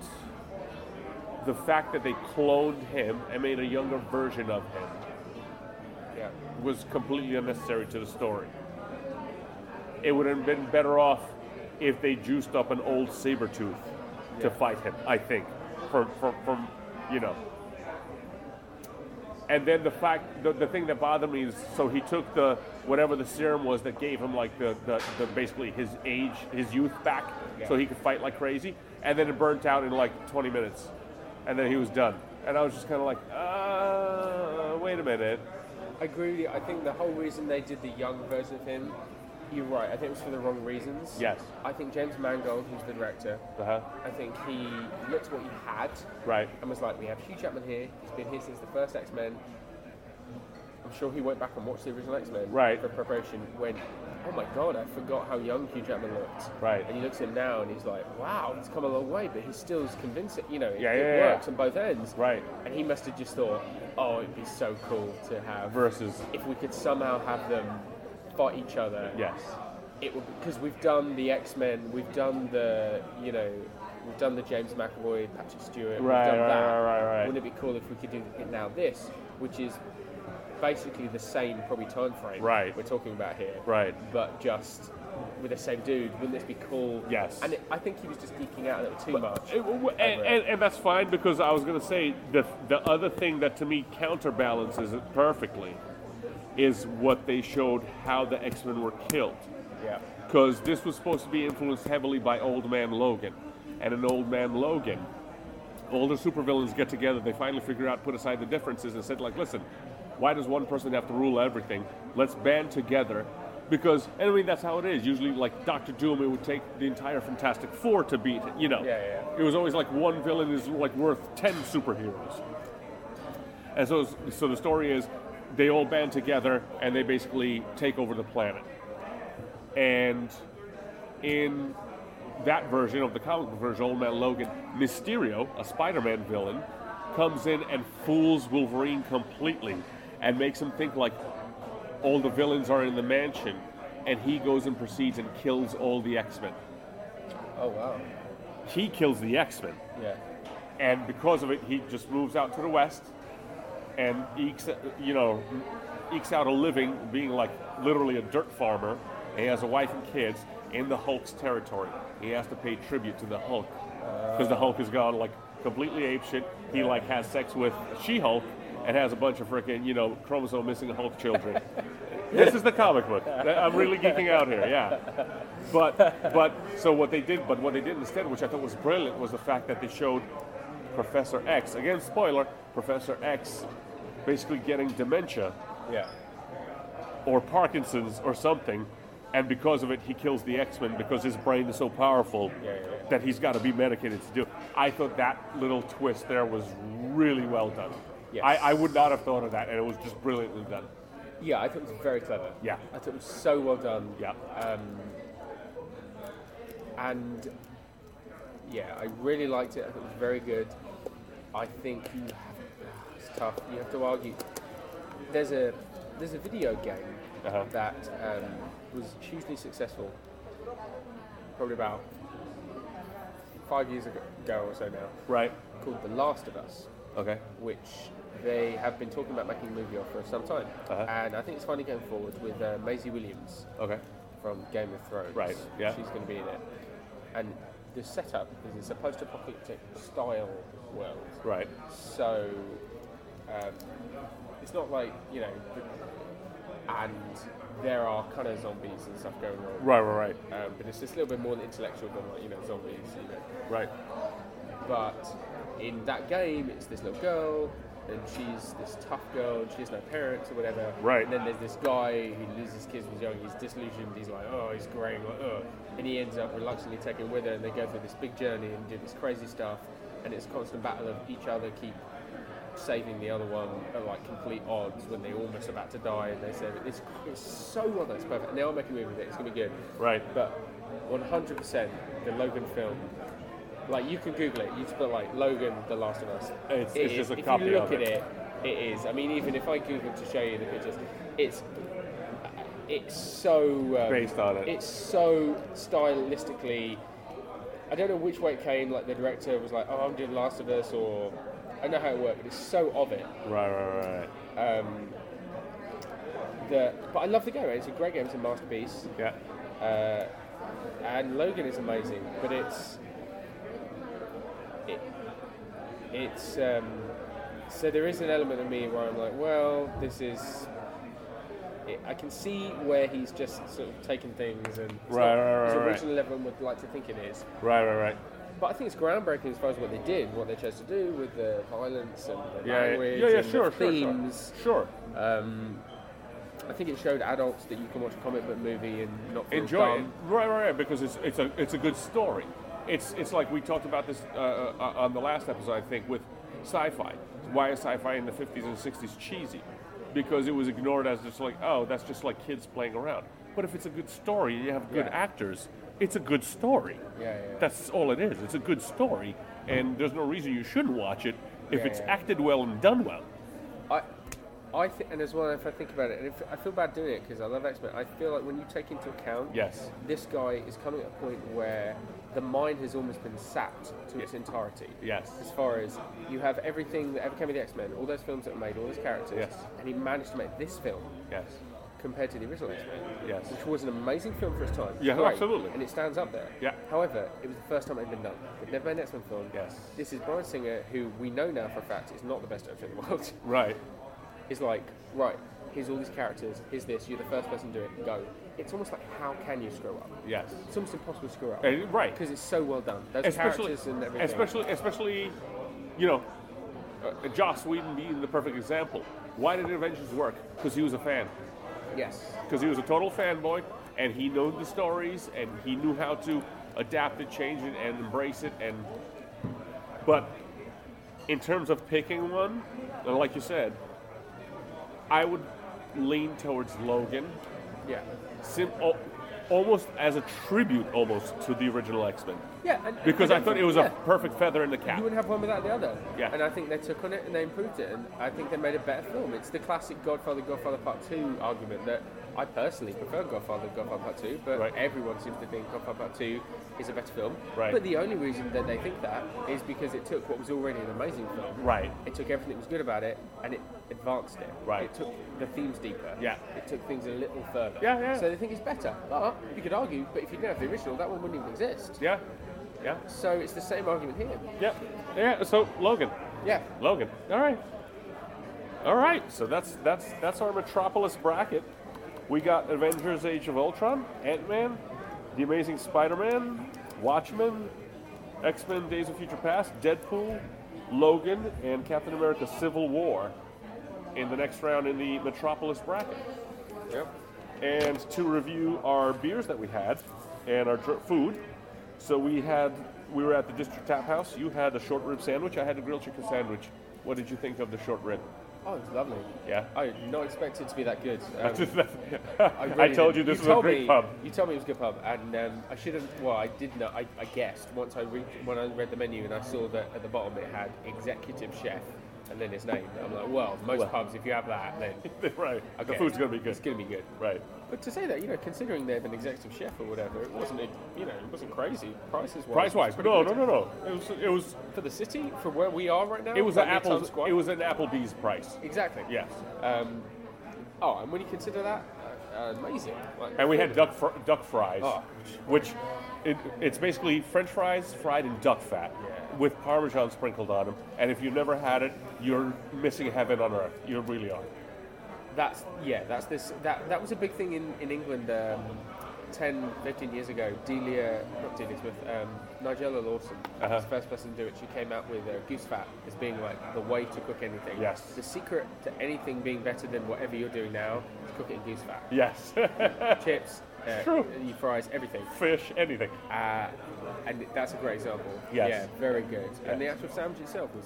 the fact that they cloned him and made a younger version of him yeah. was completely unnecessary to the story. It would have been better off if they juiced up an old Sabretooth Yeah. to fight him, I think. From, from, from you know. And then the fact, the, the thing that bothered me is so he took the, whatever the serum was that gave him like the, the, the basically his age, his youth back, Yeah. so he could fight like crazy. And then it burnt out in like 20 minutes. And then he was done. And I was just kind of like, uh, wait a minute. I agree with you. I think the whole reason they did the young version of him, you're right. I think it was for the wrong reasons. Yes. I think James Mangold, who's the director, Uh-huh. I think he looked at what he had Right. and was like, "We have Hugh Jackman here. He's been here since the first X Men." I'm sure he went back and watched the original X Men Right. for preparation. Went, "Oh my god, I forgot how young Hugh Jackman looked." Right. And he looks at him now and he's like, "Wow, he's come a long way, but he still is convincing. You know, it, Yeah, it yeah, yeah. works on both ends." Right. And he must have just thought, "Oh, it'd be so cool to have." Versus, if we could somehow have them fight each other yes. it would because we've done the X Men, we've done the you know, we've done the James McAvoy, Patrick Stewart, Right, we've done right, that. right, right, right. Wouldn't it be cool if we could do it now this, which is basically the same probably time frame Right. we're talking about here, Right. But just with the same dude, wouldn't this be cool? Yes. oh. And it, I think he was just geeking out a little too much. It- w- and, and, and that's fine because I was going to say the the other thing that to me counterbalances it perfectly is what they showed how the X Men were killed. yeah. Because this was supposed to be influenced heavily by Old Man Logan, and in Old Man Logan, all the supervillains get together. They finally figure out, put aside the differences, and said, like, listen, why does one person have to rule everything? Let's band together. Because and I mean that's how it is. Usually, like Doctor Doom, it would take the entire Fantastic Four to beat. You know, Yeah, yeah, yeah. it was always like one villain is like worth ten superheroes. And so, so the story is, they all band together and they basically take over the planet. And in that version of the comic book version, Old Man Logan, Mysterio, a Spider-Man villain, comes in and fools Wolverine completely and makes him think like all the villains are in the mansion, and he goes and proceeds and kills all the X-Men. Oh wow. He kills the X-Men, Yeah. and because of it, he just moves out to the west and ekes, you know, ekes out a living being like literally a dirt farmer. And he has a wife and kids in the Hulk's territory. He has to pay tribute to the Hulk because the Hulk has gone like completely apeshit. He like has sex with She-Hulk and has a bunch of freaking you know chromosome missing Hulk children. this is the comic book. I'm really geeking out here. Yeah. But but so what they did, but what they did instead, which I thought was brilliant, was the fact that they showed Professor X. Again, spoiler: Professor X basically getting dementia Yeah. or Parkinson's or something, and because of it, he kills the X Men because his brain is so powerful Yeah, yeah, yeah. that he's got to be medicated to do. it. I thought that little twist there was really well done. Yes. I, I would not have thought of that, and it was just brilliantly done. Yeah, I thought it was very clever. Yeah. I thought it was so well done. Yeah. And yeah, I really liked it. I thought it was very good. I think you have, ah, it's tough. You have to argue. There's a there's a video game Uh-huh. that um, was hugely successful, probably about five years ago ago or so now, Right. called The Last of Us Okay. which they have been talking about making a movie of for some time. Uh-huh. And I think it's finally going forward with uh, Maisie Williams Okay. from Game of Thrones. Right, yeah. She's going to be in it. And the setup is it's a post apocalyptic style world. Right. So um, it's not like, you know, the- and there are kind of zombies and stuff going on. Right. Right. Um, but it's just a little bit more intellectual than, like, you know, zombies, you know. Right. Right. But in that game, it's this little girl, and she's this tough girl, and she has no parents or whatever. Right. And then there's this guy who loses his kids when he's young. He's disillusioned. He's like, oh, he's graying, like, oh. And he ends up reluctantly taking with her, and they go through this big journey and do this crazy stuff. And it's a constant battle of each other keep saving the other one at like complete odds when they're almost about to die, and they save it. It's, it's so well done. It's perfect. And they are making a movie with it. It's gonna be good. Right. But 100% the Logan film. Like you can Google it. You just put like Logan, The Last of Us. It's- It it's is- just a if copy you look of at it. it. It is. I mean, even if I Google to show you the pictures, it's it's so um, Based on it. It's so stylistically. I don't know which way it came. Like the director was like, "Oh, I'm doing Last of Us," or I don't know how it worked, but it's so of it Right. Right. Right. that. But I love the game. It's a great game. It's a masterpiece. Yeah. and Logan is amazing, but it's it, it's um, so there is an element of me where I'm like, well, this is. It, I can see where he's just sort of taken things and it's Right, not right, right, as right, right. original everyone would like to think it is. Right. Right. Right. But I think it's groundbreaking as far as what they did, what they chose to do with the violence and the Yeah. Yeah. language Yeah. yeah, and Sure. the Sure. themes. Sure. Sure. I think it showed adults that you can watch a comic book movie and not feel enjoy dumb. it. Right, right, right. Because it's it's a it's a good story. It's it's like we talked about this uh, uh, on the last episode, I think, with sci-fi. Why is sci-fi in the '50s and '60s cheesy? Because it was ignored as just like, oh, that's just like kids playing around. But if it's a good story and you have good Yeah. actors, it's a good story. Yeah, yeah, yeah. That's all it is. It's a good story, and there's no reason you shouldn't watch it if Yeah, it's yeah. acted well and done well. I, I th- and as well, if I think about it, and if, I feel bad doing it because I love X Men. I feel like when you take into account, Yes. this guy is coming at a point where the mind has almost been sapped to its entirety. Yes. As far as you have everything that ever came with the X Men, all those films that were made, all those characters, Yes. and he managed to make this film Yes. compared to the original X Men, Yes. which was an amazing film for its time. Yeah, Great. absolutely. And it stands up there. Yeah. However, it was the first time it had been done. They'd never made an X Men film. Yes. This is Brian Singer, who we know now for a fact is not the best actor in the world. Right. is like, right, here's all these characters, here's this, you're the first person to do it, go. It's almost like, how can you screw up? Yes. It's almost impossible to screw up. Uh, right. Because it's so well done. Those especially, characters and everything. especially, especially, you know, uh, Joss Whedon being the perfect example. Why did Avengers work? Because he was a fan. Yes. Because he was a total fanboy, and he knew the stories, and he knew how to adapt it, change it, and embrace it. And but in terms of picking one, and like you said, I would lean towards Logan Yeah. sim- al- almost as a tribute almost to the original X-Men Yeah. And, because I thought it was yeah. a perfect feather in the cap. You wouldn't have one without the other. Yeah. And I think they took on it and they improved it, and I think they made a better film. It's the classic Godfather, Godfather Part 2 argument that I personally prefer Godfather, Godfather Part 2, but Right. everyone seems to think Godfather Part 2 is a better film. Right. But the only reason that they think that is because it took what was already an amazing film Right. It took everything that was good about it and it advanced it. Right. It took the themes deeper. Yeah. It took things a little further. Yeah, yeah. So they think it's better. But you could argue, but if you didn't have the original, that one wouldn't even exist. Yeah. Yeah. So it's the same argument here. Yeah. Yeah. So Logan. Yeah. Logan. All right. All right. So that's that's that's our Metropolis bracket. We got Avengers: Age of Ultron, Ant-Man, The Amazing Spider-Man, Watchmen, X-Men: Days of Future Past, Deadpool, Logan, and Captain America: Civil War. In the next round in the Metropolis bracket. Yep. and to review our beers that we had and our dr- food. So we had we were at the District Tap House. You had a short rib sandwich. I had a grilled chicken sandwich. What did you think of the short rib? Oh, it's lovely. Yeah. *laughs* I not expected to be that good. Um, I, really told didn't. you this was a told great me- pub. *laughs* You told me it was a good pub, and um, I should have. Well, I did know. I, I guessed once I read when I read the menu and I saw that at the bottom it had executive chef and then his name. I'm like, well, most pubs if you have that, then right. The okay, food's gonna be good. It's gonna be good. Right. But to say that, you know, considering they have an executive chef or whatever, it wasn't, a, you know, it wasn't crazy prices. Price wise, no, no, no, no. It was it was For the city, for where we are right now, it was like an near Times apples Square. it was an Applebee's price. exactly. Yes. Um, oh, and when you consider that, uh, amazing. Like, And we had duck fr- duck fries, Oh. which it, it's basically French fries fried in duck fat Yeah. with Parmesan sprinkled on them. And if you've never had it, you're missing heaven on earth. You really are. That's yeah. That's this. That that was a big thing in in England. Um, 10, 15 years ago, Delia, not Delia Smith, um, Nigella Lawson Uh-huh. was the first person to do it. She came out with uh, goose fat as being like the way to cook anything. Yes. The secret to anything being better than whatever you're doing now is cook it in goose *laughs* fat. Yes, Chips, uh, True. your fries, everything. fish, anything. Uh, and that's a great example. Yes. Yeah, very good. Yeah. And the actual sandwich itself was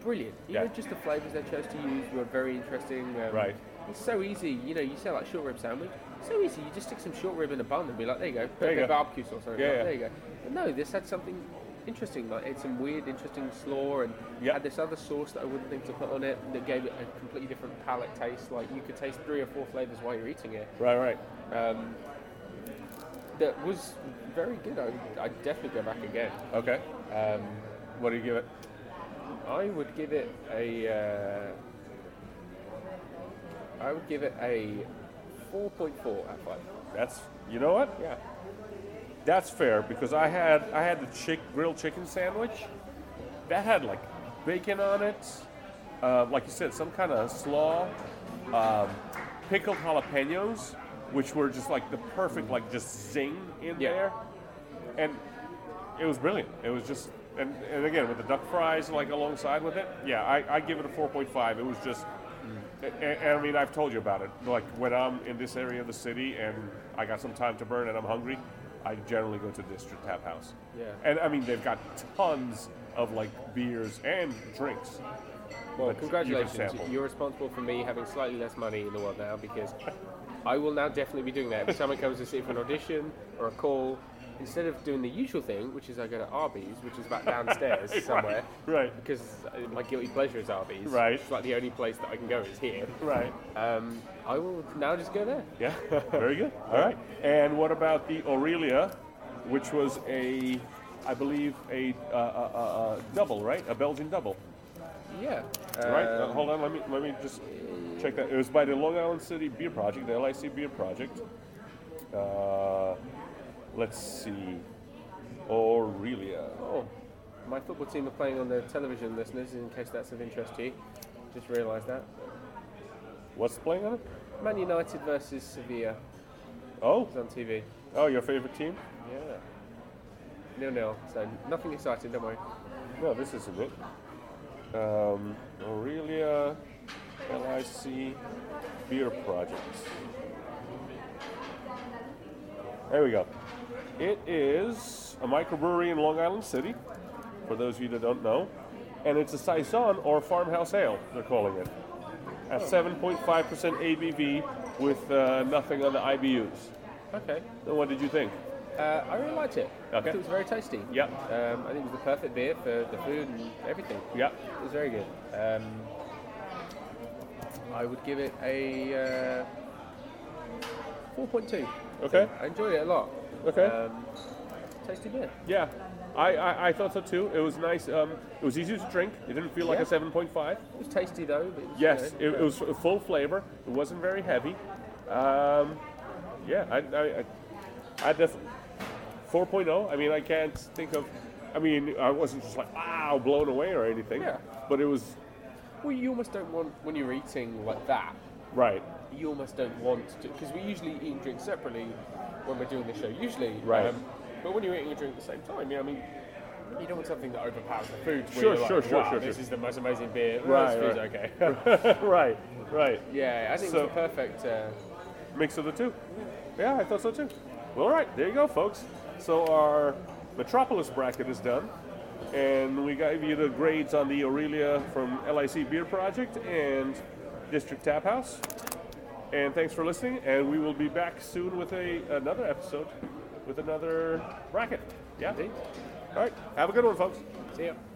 brilliant. You Yeah. know, just the flavours they chose to use were very interesting. Um, Right. It's so easy. You know, you say like short rib sandwich. So easy. You just stick some short rib in a bun and be like, there you go. Put There a you bit of go. barbecue sauce on it. Yeah, Like, yeah. There you go. But no, this had something interesting. Like it's some weird, interesting slaw and Yeah. had this other sauce that I wouldn't think to put on it that gave it a completely different palate taste. Like you could taste three or four flavours while you're eating it Right, right. um, that was very good. I I'd definitely go back again. Okay. Um, What do you give it? I would give it a. Uh, I would give it a 4.4 out of five. That's you know what? Yeah. That's fair because I had I had the chick grilled chicken sandwich, that had like bacon on it, uh, like you said, some kind of slaw, um, pickled jalapenos, which were just like the perfect like just zing in Yeah. there, and it was brilliant. It was just and, and again with the duck fries like alongside with it, yeah, I, I give it a four point five. It was just. a- a- And I mean, I've told you about it. Like when I'm in this area of the city and I got some time to burn and I'm hungry, I generally go to District Tap House. Yeah. And I mean, they've got tons of like beers and drinks. But Well, you can congratulations. sample. You're responsible for me having slightly less money in the world now because I will now definitely be doing that. If someone comes to see for an audition or a call, instead of doing the usual thing, which is I go to Arby's, which is back downstairs somewhere, *laughs* right. because uh, my guilty pleasure is Arby's. Right. It's like the only place that I can go is here. Right. Um, I will now just go there. Yeah, *laughs* very good. All right. And what about the Aurelia, which was a, I believe, a, uh, uh, uh, double, right? A Belgian double, Yeah. right? Um, Uh, hold on, let me let me just check that. It was by the Long Island City Beer Project, the LIC Beer Project. Uh, let's see, Aurelia. Oh, my football team are playing on the television, listeners, in case that's of interest to you. Just realised that. What's playing on it? Man United versus Sevilla Oh, is on TV. oh, your favorite team? Yeah. Nil nil. So nothing exciting. Don't worry. No, this isn't it. Um, Aurelia LIC Beer Project. There we go. It is a microbrewery in Long Island City, for those of you that don't know. And it's a Saison or farmhouse ale, they're calling it. At 7.5% ABV with uh, nothing on the IBUs. Okay. So what did you think? Uh, I really liked it. I Okay. thought it was very tasty. Yep. Um, I think it was the perfect beer for the food and everything. Yeah. It was very good. Um, I would give it a uh, 4.2. Okay. I enjoyed it a lot. Okay. Um, tasty beer. Yeah, I, I, I thought so too. It was nice. Um, it was easy to drink. It didn't feel like Yeah. a 7.5. It was tasty though. But it was, Yes, you it, know, it was f- full flavor. It wasn't very heavy. Um, yeah, I, I, I, I def- 4.0. I mean, I can't think of. I mean, I wasn't just like wow, blown away or anything. Yeah. But it was Well, you almost don't want when you're eating like that. right. *laughs* You almost don't want to because we usually eat and drink separately when we're doing the show. Usually, Um, Right. but when you're eating and drink at the same time, yeah, I mean. You don't want something that overpowers the food. Where Sure, you're sure, like, sure, wow, sure, This sure. is the most amazing beer. Right, Right, this right. *laughs* is okay. *laughs* right, right. yeah, I think So- it's a perfect. Uh, mix of the two. Yeah, I thought so too. Well, all right, there you go, folks. So our Metropolis bracket is done, and we gave you the grades on the Aurelia from LIC Beer Project and District Tap House. And thanks for listening, and we will be back soon with a another episode with another bracket. Yeah. Indeed. All right. Have a good one, folks. see ya.